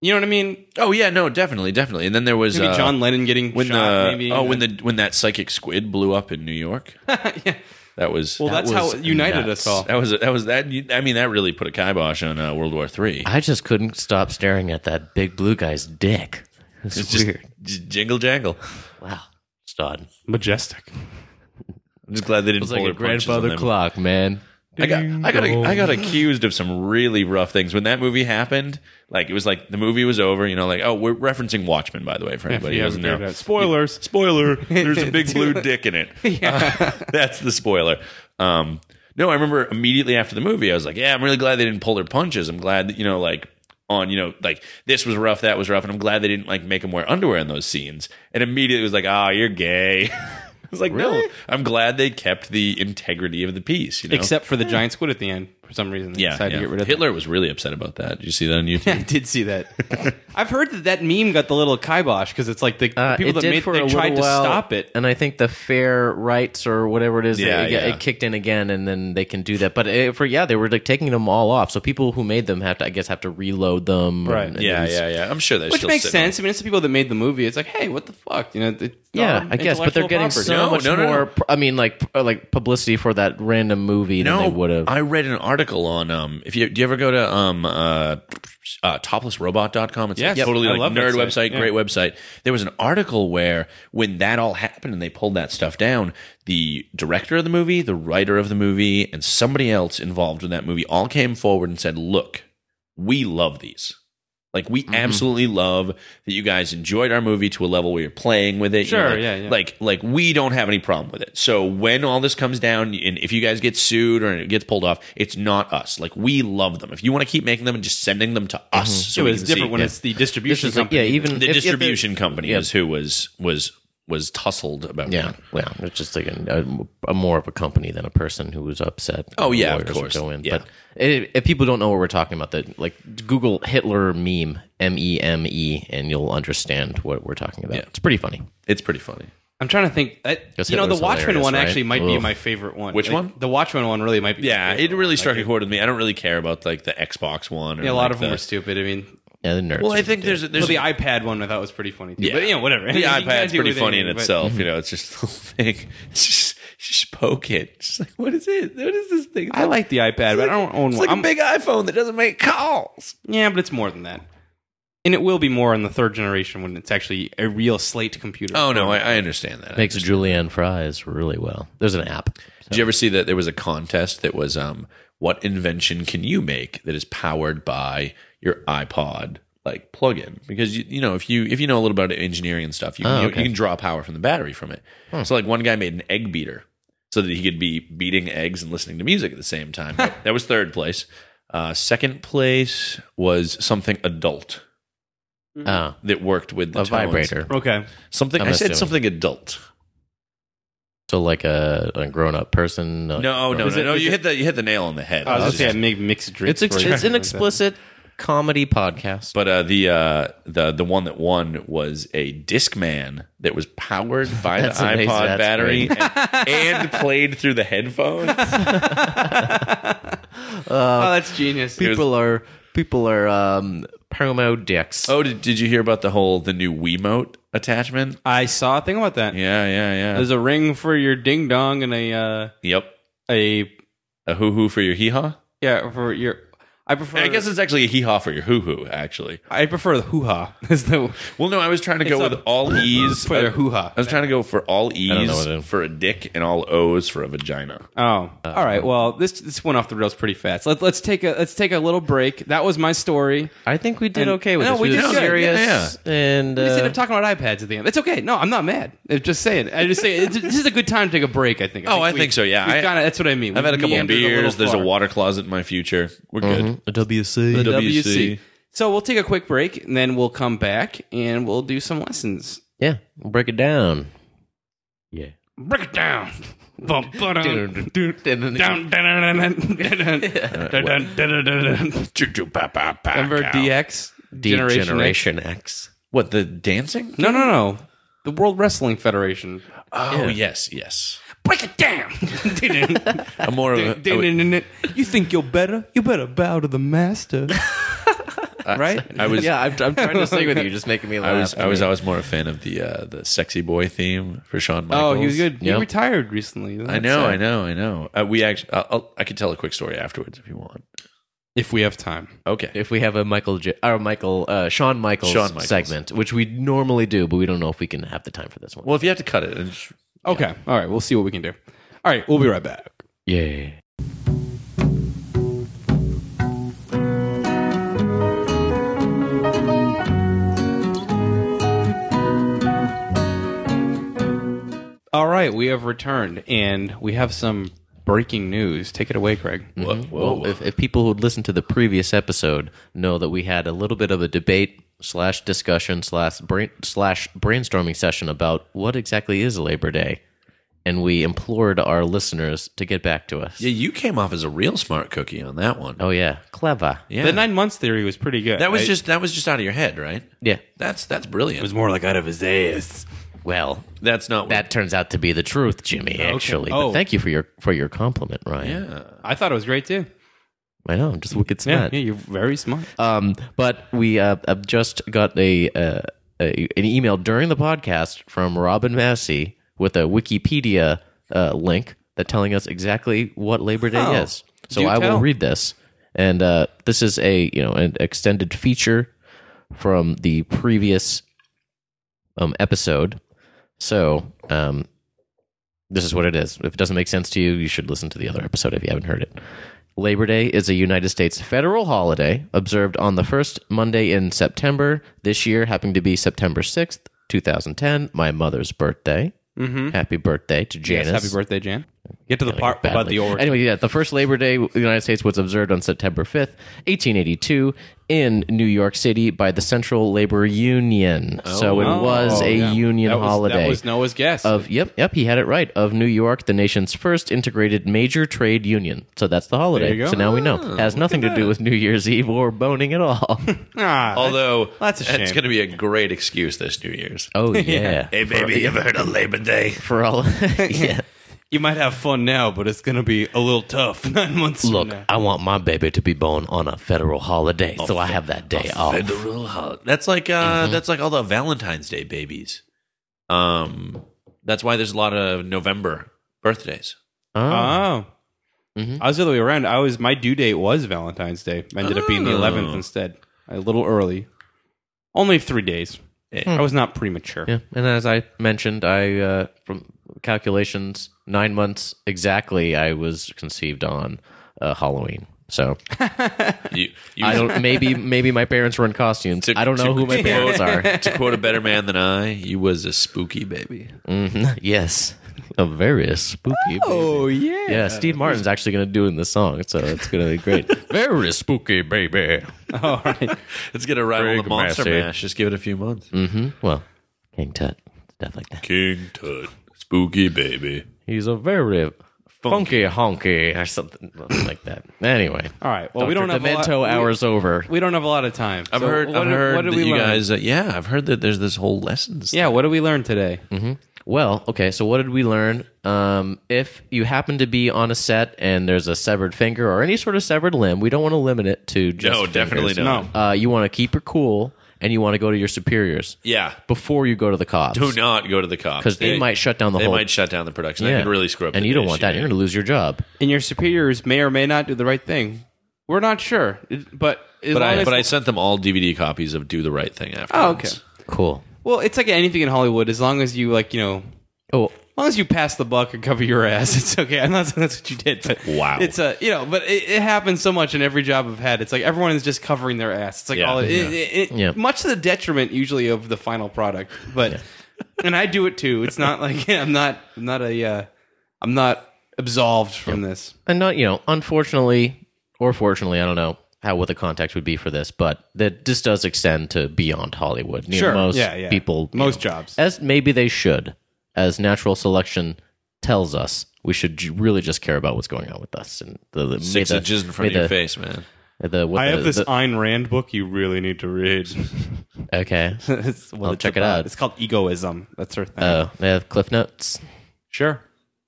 You know what I mean?
Oh yeah, no, definitely, definitely. And then there was
Maybe
uh,
John Lennon getting
when
shot.
the
maybe.
oh when the when that psychic squid blew up in New York. That was
well,
that,
that's how it united
nuts.
us all.
was that was that. I mean, that really put a kibosh on uh, World War Three.
I just couldn't stop staring at that big blue guy's dick. It's,
It's just,
weird.
just jingle jangle.
wow. It's odd.
Majestic.
I'm just glad they didn't
It's
pull
like a
their punches on
grandfather
them.
clock, man.
I got I got I got accused of some really rough things when that movie happened. Like it was like the movie was over. You know, like oh, we're referencing Watchmen by the way for anybody
you
who doesn't
haven't figured
know.
it out. Spoilers.
Spoiler. There's a big blue dick in it. Uh, That's the spoiler. Um, no, I remember immediately after the movie, I was like, "Yeah, I'm really glad they didn't pull their punches. I'm glad that you know, like, on you know like this was rough, that was rough, and I'm glad they didn't like make him wear underwear in those scenes. And immediately it was like, ah, you're gay. It's like no, I'm glad they kept the integrity of the piece. You know,
Except for the giant squid at the end, for some reason, they
yeah,
decided
yeah.
to get rid of
Hitler was really upset about that. Did you see that on
That.
YouTube?
I did see that. I've heard that that meme got the little kibosh because it's like the the
Uh,
people
it
that
did
made,
for
they
a
tried
little
to
while,
stop it.
and I think the fair rights or whatever it is,
Yeah,
it, got-
yeah.
it kicked in again, and then they can do that. But it, for yeah, they were like taking them all off, so people who made them have to, I guess, have to reload them.
Right.
and- and
yeah,
it's-
yeah, yeah. I'm sure they
Which
still
makes
sit on it.
sense. I mean, it's the people that made the movie. It's like, hey, what the fuck? You know, it's
Yeah,
our
I guess, but they're
Oh, intellectual
getting
property.
so
No,
much
no, no, no.
more. pr- I mean, like uh, like publicity for that random movie than they would have.
I read an article on um if you do you ever go to um uh, uh toplessrobot.com it's
Yes.
a totally
Yep. I
like
love
nerd
that
website,
site. Yeah.
great website. There was an article where when that all happened and they pulled that stuff down, the director of the movie, the writer of the movie, and somebody else involved in that movie all came forward and said, "Look, we love these." Like
Mm-hmm.
we absolutely love that you guys enjoyed our movie to a level where you're playing with it. you know,
Sure,
like-
yeah, yeah.
Like like like we don't have any problem with it. So when all this comes down and if you guys get sued or it gets pulled off, it's not us. Like we love them. If you want to keep making them and just sending them to us,
Mm-hmm.
so
It
we
was
can
different
see-
when
Yeah.
it's the
This
distribution
is like,
company.
yeah, even
the
if- if they-
distribution company
yeah.
is who was was was tussled about.
Yeah,
that.
yeah. It's just like a, a more of a company than a person who was upset.
Oh, yeah, of
Lawyers would
course.
Go in.
Yeah.
But it, if people don't know what we're talking about, that like Google Hitler meme M E M E, and you'll understand what we're talking about. It's pretty funny.
it's pretty funny.
I'm trying to think. I,
Guess
you know, the
Hitler's
Watchmen
hilarious,
one
right?
actually might be
Ugh.
my favorite one.
Which
Like,
one?
The Watchmen one really might be. my
Yeah, it
favorite
really
one.
struck
Like,
a chord with me. I don't really care about like the Xbox one. Or
Yeah, a lot
like
of them
the-
were stupid. I mean,
Yeah, the nerds.
Well, I
are-
think there's there's
well, the iPad one I thought was pretty funny too.
Yeah.
But you know, whatever.
The
You can
iPad's
do
pretty
with
funny in
anything, but-
itself. You know, it's just the little thing. It's just, just poke it. It's like, what is it? What is this thing? It's
I like the iPad, but I don't own
It's
one.
like a
I'm-
big iPhone that doesn't make calls.
Yeah, but it's more than that. And it will be more in the third generation when it's actually a real slate computer.
Oh no, I, I understand that.
makes julianne fries really well. There's an app.
Did you ever see that there was a contest that was um, what invention can you make that is powered by your iPod like plug-in? Because you, you know if you if you know a little about engineering and stuff, you can,
Oh,
you-
okay. Hmm.
you can draw power from the battery from it. So like one guy made an egg beater so that he could be beating eggs and listening to music at the same time. that was third place. Uh, second place was something adult
Oh,
that worked with the
a
tones.
vibrator.
Okay.
Something
I'm
I said
assuming.
something adult.
So like a, a grown up person. uh, like-
No, no,
Is
no,
it-
no.
is
You
it-
hit the you hit the nail on the
Oh,
head.
I was
It's
just saying, make mixed
It's
drinks.
ex-
for you.
it's an explicit comedy podcast.
But uh, the uh, the the one that won was a Discman that was powered by the
That's amazing.
iPod
That's
battery and, and played through the headphones.
Oh, that's genius.
people are people are um, promo dicks.
oh, did, did you hear about the whole the new Wiimote attachment?
I saw a thing about that.
Yeah, yeah, yeah.
There's a ring for your ding dong and a uh,
Yep,
a
a hoo hoo for your hee haw.
yeah for your. I prefer.
I guess it's actually a hee haw for your hoo hoo. Actually,
I prefer the hoo ha. Is the
well, no, I was trying to go
It's
with
a-
all e's
for your hoo ha.
I was trying to go for all
don't know
e's
what it is.
for a dick and all o's for a vagina.
Oh, all right. Well, this this went off the rails pretty fast. Let's let's take a let's take a little break. That was my story.
I think we did
And-
okay with
No,
this.
we
We,
did
were
good.
serious
Yeah,
and
We just
uh,
ended up talking about iPads at the end. It's okay. No, I'm not mad. I'm just saying. I just say it's, this is a good time to take a break. I think.
Oh, I think so, yeah. I-
I, kinda, that's what I mean.
I've had a
We
couple of
meandered little
beers. There's a
far.
water closet in my future. We're good. Mm-hmm.
a WC.
The
WC.
WC.
So we'll take a quick break and then we'll come back and we'll do some lessons.
yeah, we'll break it down. Yeah.
Break it down. Bum, ba-dum.
And then
Dun, dun, dun, dun, dun, dun, dun, dun, dun, dun, dun, dun. Remember DX
Generation,
Generation X?
X.
What the dancing?
No, no, no. The World Wrestling Federation.
Oh yes, yes.
Break it down.
I'm more of a, I, would-
you think you're better? You better bow to the master. right?
I was
yeah, I'm, I'm trying to sing with you, you're just making me laugh.
I was I was always more a fan of the uh, the sexy boy theme for Shawn
Oh,
Michaels.
he was good.
Yeah.
He retired recently.
I know, I know, I know. Uh, we actually, uh, I'll, I could tell a quick story afterwards if you want.
If we have time.
Okay.
If we have a Michael J, or Michael uh, Sean Michaels,
Shawn Michaels.
segment, which we normally do, but we don't know if we can have the time for this one.
Well, if you have to cut it, and just,
Okay. All right. We'll see what we can do. All right. We'll be right back.
Yeah.
All right. We have returned and we have some breaking news. Take it away, Craig.
Whoa, whoa,
Well,
whoa.
if, if people who'd listened to the previous episode know that we had a little bit of a debate slash discussion slash brain slash brainstorming session about what exactly is Labor Day, and we implored our listeners to get back to us.
yeah, you came off as a real smart cookie on that one.
Oh yeah, clever.
yeah,
The nine months theory was pretty good.
that was
right?
just that was just out of your head, right?
Yeah.
That's that's brilliant.
more like out of his ass.
Well,
that's not
that turns out to be the truth, Jimmy. Actually,
Oh.
but thank you for your for your compliment, Ryan.
Yeah.
I thought it was great too.
I know I'm just wicked
Yeah,
smart.
yeah you're very smart.
Um, but we uh, have just got a, uh, a an email during the podcast from Robin Massey with a Wikipedia uh, link that telling us exactly what Labor Day
Oh,
is. So
do
I
tell.
will read this, and uh, this is a you know an extended feature from the previous um, episode. So um, this is what it is. If it doesn't make sense to you, you should listen to the other episode if you haven't heard it. Labor Day is a United States federal holiday observed on the first Monday in September. This year happened to be September 6th, 2010, my mother's birthday.
Mm-hmm.
Happy birthday to Janice.
Yes, happy birthday, Jan. Get to the part
Badly.
about the origin.
Anyway, yeah, the first Labor Day in the United States was observed on September 5th, 1882, in New York City by the Central Labor Union. so it
Oh,
was a
yeah.
union
That was-
holiday.
That was Noah's guess.
Of yep, yep, he had it right. Of New York, the nation's first integrated major trade union. So that's the holiday.
There you go.
So now we know. Has nothing to do with New Year's Eve or boning at all.
Ah,
Although
That's a
it's
shame.
going to be a great excuse this New Year's.
oh yeah.
Hey, baby, you ever heard of Labor Day?
For all yeah.
you might have fun now, but it's gonna be a little tough nine months. from
Look,
now.
I want my baby to be born on a federal holiday, so I have that day off.
Federal holiday. That's like uh,
Mm-hmm.
that's like all the Valentine's Day babies. Um, that's why there's a lot of November birthdays.
Oh.
Oh.
Mm-hmm.
I was the other way around. I was my due date was Valentine's Day. I ended up being the
Oh.
11th instead. A little early. Only three days. Eh, I was not premature.
Hmm. Yeah, and as I mentioned, I uh, from calculations nine months exactly, I was conceived on uh, Halloween. So
You, you,
I don't. Maybe maybe my parents were in costumes.
To-
I don't know
to-
who my
to-
parents are.
to quote a better man than I, you was a spooky baby.
Mhm. Yes, Oh. a very spooky. baby.
Oh, yeah.
Yeah, Steve Martin's actually going to do it in the song, so it's going to be great. very spooky, baby.
All right.
Let's get a rival
Big
the Monster
Massey.
Mash. Just give it a few months.
hmm Well, King Tut, stuff like that.
King Tut, spooky baby.
He's a very funky, honky or something, something like that. Anyway,
All right. Well, we
Dr.
don't have
Demento
a lot,
hours over.
We, we don't have a lot of time.
I've
So
heard.
What,
I've
did-
heard
what did
that
we
you
learn?
guys. Uh, yeah, I've heard that there's this whole lessons.
Yeah. What did we learn today?
Mm-hmm. Well, okay, so what did we learn? Um, if you happen to be on a set and there's a severed finger or any sort of severed limb, we don't want to limit it to just.
No, definitely
fingers.
not.
Uh, you want to keep your cool and you want to go to your superiors
Yeah.
before you go to the cops.
Do not go to the cops
Because they, might shut down the
They
whole.
might shut down the production. That could really screw up.
And
the
you don't
dish,
want that.
know.
You're going to lose your job.
And your superiors may or may not do the right thing. We're not sure, It- but as
But
long
I,
as-
but I sent them all DVD copies of Do the Right Thing after.
Oh, okay.
Cool.
Well, it's like anything in Hollywood. As long as you like, you know,
Oh,
As long as you pass the buck and cover your ass, it's okay. I'm not saying that's what you did, but
Wow.
it's a you know, but it, it happens so much in every job I've had. It's like everyone is just covering their ass. It's like
Yeah.
all it, it, it-
Yeah.
much to the detriment usually of the final product. But and I do it too. It's not like I'm not I'm not a uh, I'm not absolved from this.
and not you know unfortunately or fortunately i don't know how what the context would be for this but that this does extend to beyond hollywood You know,
Sure.
most
Yeah, yeah.
people you
Most
know,
jobs.
as maybe they should as natural selection tells us we should j- really just care about what's going on with us and the, the
Six
may the-
inches in front
may
of your
the-
face, man.
the- what the- the-
Ayn Rand book you really need to read.
okay
it's, well,
I'll
it's
check it
about-
out.
It's called egoism. That's her thing.
oh they have cliff notes
sure.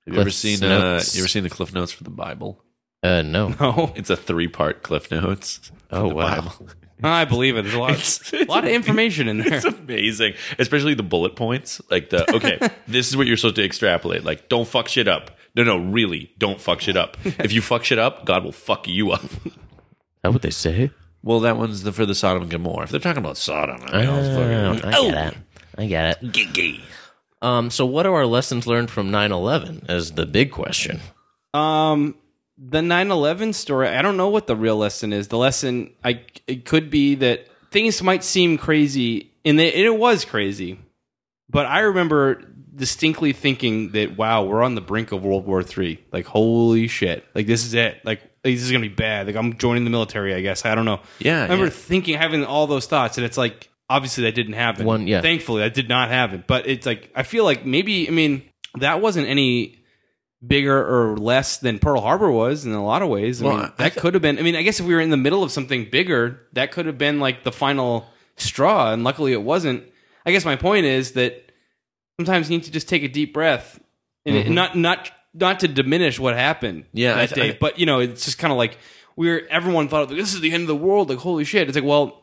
Have you ever
Cliff
seen? Uh,
Notes.
you ever seen the Cliff Notes for the Bible?
uh no
Oh,
It's a three-part Cliff Notes. for
Oh,
the
wow.
Bible.
I believe it. There's a lot,
It's- it's
a lot of information in there.
It's amazing, especially the bullet points. Like the okay, this is what you're supposed to extrapolate. Like, don't fuck shit up. No, no, really, don't fuck shit up. If you fuck shit up, God will fuck you up.
that what they say
Well, that one's the, for the Sodom and Gomorrah. If they're talking about Sodom, I mean, I was
oh,
fucking-
i get it i get it um so what are our lessons learned from 9-11 is the big question
Um, the 9/11 story. I don't know what the real lesson is. The lesson I it could be that things might seem crazy, and it, it was crazy. But I remember distinctly thinking that wow, we're on the brink of World War Three. Like holy shit! Like this is it. Like this is gonna be bad. Like I'm joining the military. I guess I don't know.
Yeah,
I remember
yeah.
thinking having all those thoughts, and it's like obviously that didn't happen.
One- yeah.
Thankfully, that did not happen. But it's like I feel like maybe I mean that wasn't any bigger or less than Pearl Harbor was in a lot of ways. I
Well,
mean,
I-
that could have been. I mean, I guess if we were in the middle of something bigger, that could have been like the final straw, and luckily it wasn't. I guess my point is that sometimes you need to just take a deep breath and
Mm-hmm.
it- not not not to diminish what happened.
Yeah,
that
I-
day,
I-
but you know, it's just kind of like we are Everyone thought like, this is the end of the world. Like holy shit! It's like well.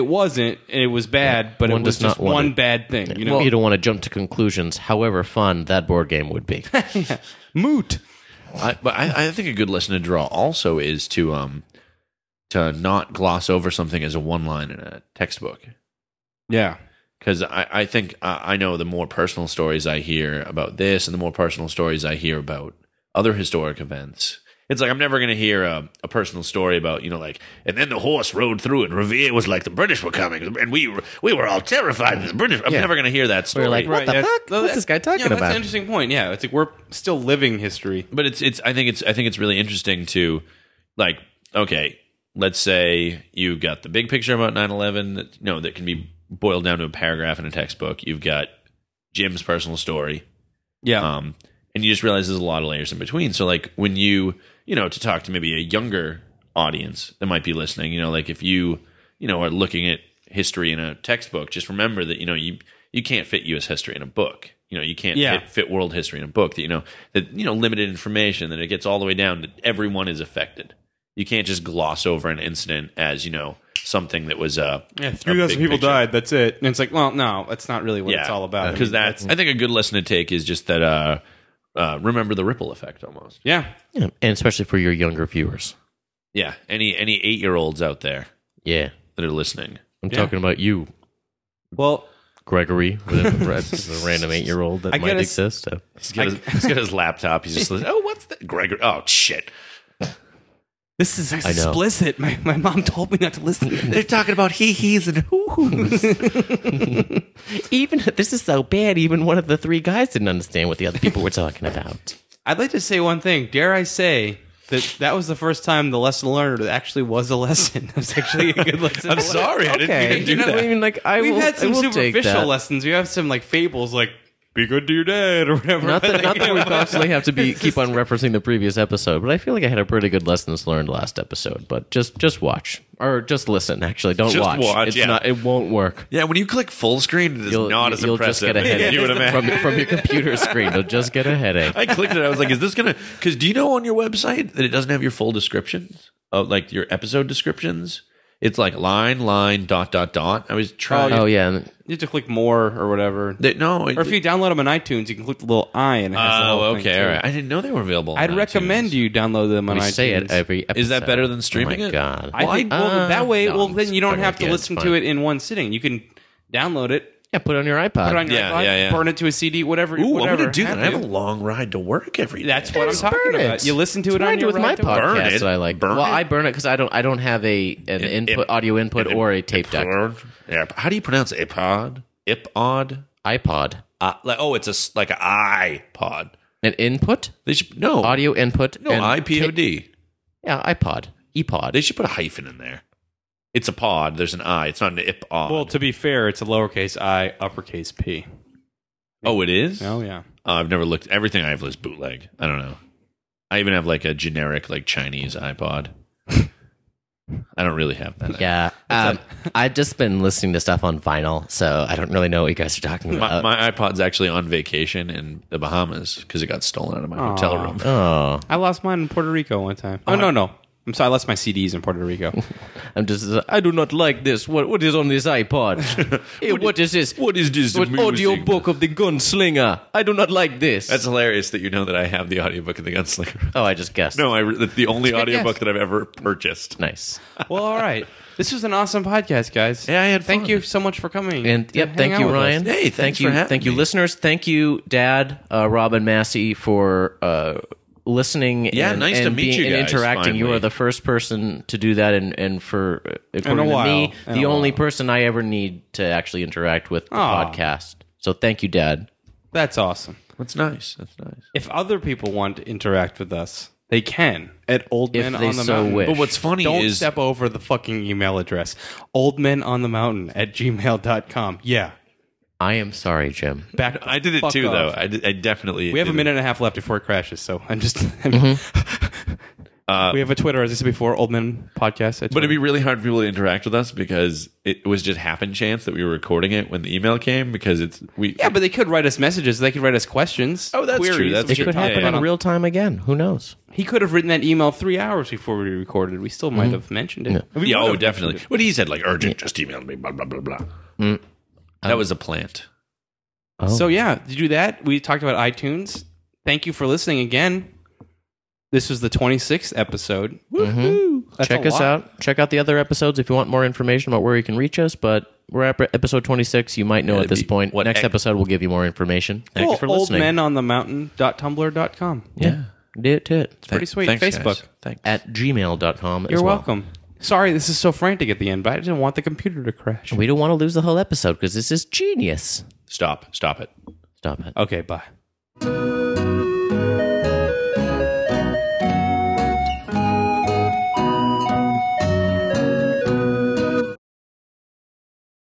It wasn't, and it was bad, but
One
it was
does not
just
want
one
it.
bad thing. You know,
you don't want to jump to conclusions, however fun that board game would be.
moot.
I, but I, I think a good lesson to draw also is to um to not gloss over something as a one line in a textbook
Yeah,
because I, I think I, I know the more personal stories I hear about this and the more personal stories I hear about other historic events. It's like I'm never going to hear a, a personal story about you know like and then the horse rode through and Revere was like the British were coming and we were- we were all terrified of the British. I'm never going to hear that story.
We're like, what the
yeah.
fuck?
No,
What's
that-
this guy
yeah,
talking
that's an
about?
interesting point. Yeah, it's like we're still living history.
but it's it's I think it's I think it's really interesting to like okay let's say you've got the big picture about 9-11 that, you know that can be boiled down to a paragraph in a textbook you've got jim's personal story
Yeah,
um, and you just realize there's a lot of layers in between. So like when you you know to talk to maybe a younger audience that might be listening, you know, like if you you know are looking at history in a textbook, just remember that you know you you can't fit U.S. history in a book. You know, you can't
Yeah.
fit, fit world history in a book. That you know that you know limited information that it gets all the way down to everyone is affected. You can't just gloss over an incident as you know something that was uh
yeah.
a
Three thousand
big
people
picture
died. That's it. And it's like, well, no, that's not really what it's all about.
because
I mean,
Uh, that's I think a good lesson to take is just that uh, uh, remember the ripple effect almost.
yeah,
Yeah, and especially for your younger viewers.
Yeah, any any eight year olds out there
Yeah.
that are listening.
I'm talking about you,
well,
Gregory, whatever, right, the random eight year old that
I
might
gotta s-
exist. Uh,
He's got, his, he's got his laptop. He's just listening. Oh, what's that? Gregor. Oh, shit.
this is
know.
explicit. My my mom told me not to listen. to this.
They're talking about hee hees and hoo hoos.
even this is so bad. Even one of the three guys didn't understand what the other people were talking about.
I'd like to say one thing. Dare I say? That, that was the first time the lesson learned actually was a lesson. It was actually a good lesson. I'm
Sorry, I didn't mean to do
you know
that.
what I mean? Like I
We've
will,
had some
I will take
superficial
that.
lessons. We have some like fables, like "be good to your dad" or whatever.
Not that, not that we
Like,
constantly have to be keep on referencing the previous episode, but I feel like I had a pretty good lessons learned last episode. But just just watch or just listen. Actually, don't
Just watch,
It's
yeah.
not. It won't work.
Yeah, when you click full screen, it's not as
you'll just
impressive.
get a headache
you would imagine.
from, from your computer screen. You'll just get a headache.
I clicked it. I was like, is this going to. Because do you know on your website that it doesn't have your full descriptions? Of, like your episode descriptions? It's like line, line, dot, dot, dot. I was trying.
Oh yeah, and-
you have to click more or whatever.
They- no.
Or if you download them on iTunes, you can click the little i and it has the
oh,
whole thing,
okay.
too.
All right. I didn't know they were available. on
I'd
iTunes.
recommend you download them on
we
iTunes.
say it every. episode.
Is that better than
oh
streaming
my
it?
God.
I think well,
Uh,
that way,
no,
well, then you don't
fucking
have to
idea.
listen
It's
to
fine.
it in one sitting. You can download it,
Yeah, put it on your iPod.
put it on your
Yeah,
iPod,
yeah, yeah.
burn it to a CD, whatever.
Ooh,
whatever.
I'm going to do that. I
have
have a
you.
long ride to work every day.
That's what I'm
Just
talking
burn
about.
it.
You listen to
That's
it
what I
on
do
your
with my
right to work.
podcast
Burn it.
that I like.
Burn
well,
it.
I burn it because I don't. I don't have a an input audio input or a tape deck.
Ipod? Ip- How do you pronounce it? Ipod? Ipod?
iPod.
Uh, like, oh, it's a s- like an iPod.
An input,
They should no
audio input.
No
and
iPod.
ta- yeah, iPod, E
they
iPod.
should put a hyphen in there. It's a pod. There's an i. It's not an ipod.
Well, to be fair, it's a lowercase i, uppercase p.
oh, it is.
Oh yeah,
Uh, I've never looked. Everything I have is bootleg. I don't know. I even have like a generic like Chinese iPod. I don't really have that.
Yeah, um, I've just been listening to stuff on vinyl, so I don't really know what you guys are talking
My,
about.
my iPod's actually on vacation in the Bahamas because it got stolen out of my hotel
Aw.
room.
oh,
I lost mine in Puerto Rico one time.
Uh-huh.
Oh no, no, I'm sorry, I lost my CDs in Puerto Rico.
I'm just. I do not like this. What what is on this iPod? hey, what is this?
What is this?
What audio
music?
book of the gunslinger? I do not like this.
That's hilarious that you know that I have the audiobook of the Gunslinger.
oh, I just guessed.
No, I, that's the only
good
audiobook
guess.
that I've ever purchased.
nice.
well, all right, this was an awesome podcast, guys.
Yeah, I had
Thank
fun.
you so much for coming.
And
to
yep,
hang
thank
out
you,
with us.
Ryan.
Hey, thanks
thank you,
for having
thank you,
me.
listeners. Thank you, Dad, uh, Robin Massey, for uh, listening.
Yeah,
and,
nice to
and
meet
being-
you
and
guys,
interacting. You
finally.
are the first person to do that, and and for uh, according
while.
to me,
In
the
a
only
while.
person I ever need to actually interact with the
Aw.
podcast. So thank you, Dad.
That's awesome.
That's nice. That's nice.
If other people want to interact with us, they can at Old
If
Men
they
on the
so
Mountain.
wish.
But what's funny
Don't
is
step over the fucking email address. Oldmenonthemountain at gmail.com. Yeah.
I am sorry, Jim.
Back the
I did it
fuck
too,
off.
though. I, did, I definitely.
We have a
did it.
minute and a half left before it crashes, so I'm just. I'm-
Mm-hmm.
we have a Twitter, as I said before, Old Men Podcast. at
Uh, But it'd be
Twitter.
really hard for people to interact with us because it was just happen chance that we were recording it when the email came because it's we.
yeah, but they could write us messages. They could write us questions.
Oh, that's true.
queries,
That's
we
It
true.
should
could
talk
happen
Yeah,
about
yeah.
in
on-
real time again. Who knows?
He could have written that email three hours before we recorded. We still
Mm-hmm.
might have mentioned it. We
yeah,
would
oh,
have.
definitely. What he said, like urgent, just emailed me, blah blah blah blah.
Mm.
That was a plant.
Oh.
So yeah, to do that, we talked about iTunes. Thank you for listening again. This was the 26th episode. Woohoo! That's
Mm-hmm. check
a
us
lot.
out. Check out the other episodes if you want more information about where you can reach us. But we're at episode 26. You might know at
it'd
this
be-
point.
what
Next
ex-
episode, we'll give you more information. Thank
Cool.
you for
Old
listening.
men on the mountain.tumblr.com.
Yeah. Do it to it. It's
Pretty sweet.
Thanks,
Facebook.
guys. Thanks.
At gmail.com.
You're
as well.
welcome. Sorry, this is so frantic at the end, but I didn't want the computer to crash.
We don't want to lose the whole episode because this is genius.
Stop. Stop it.
Stop it.
Okay, bye.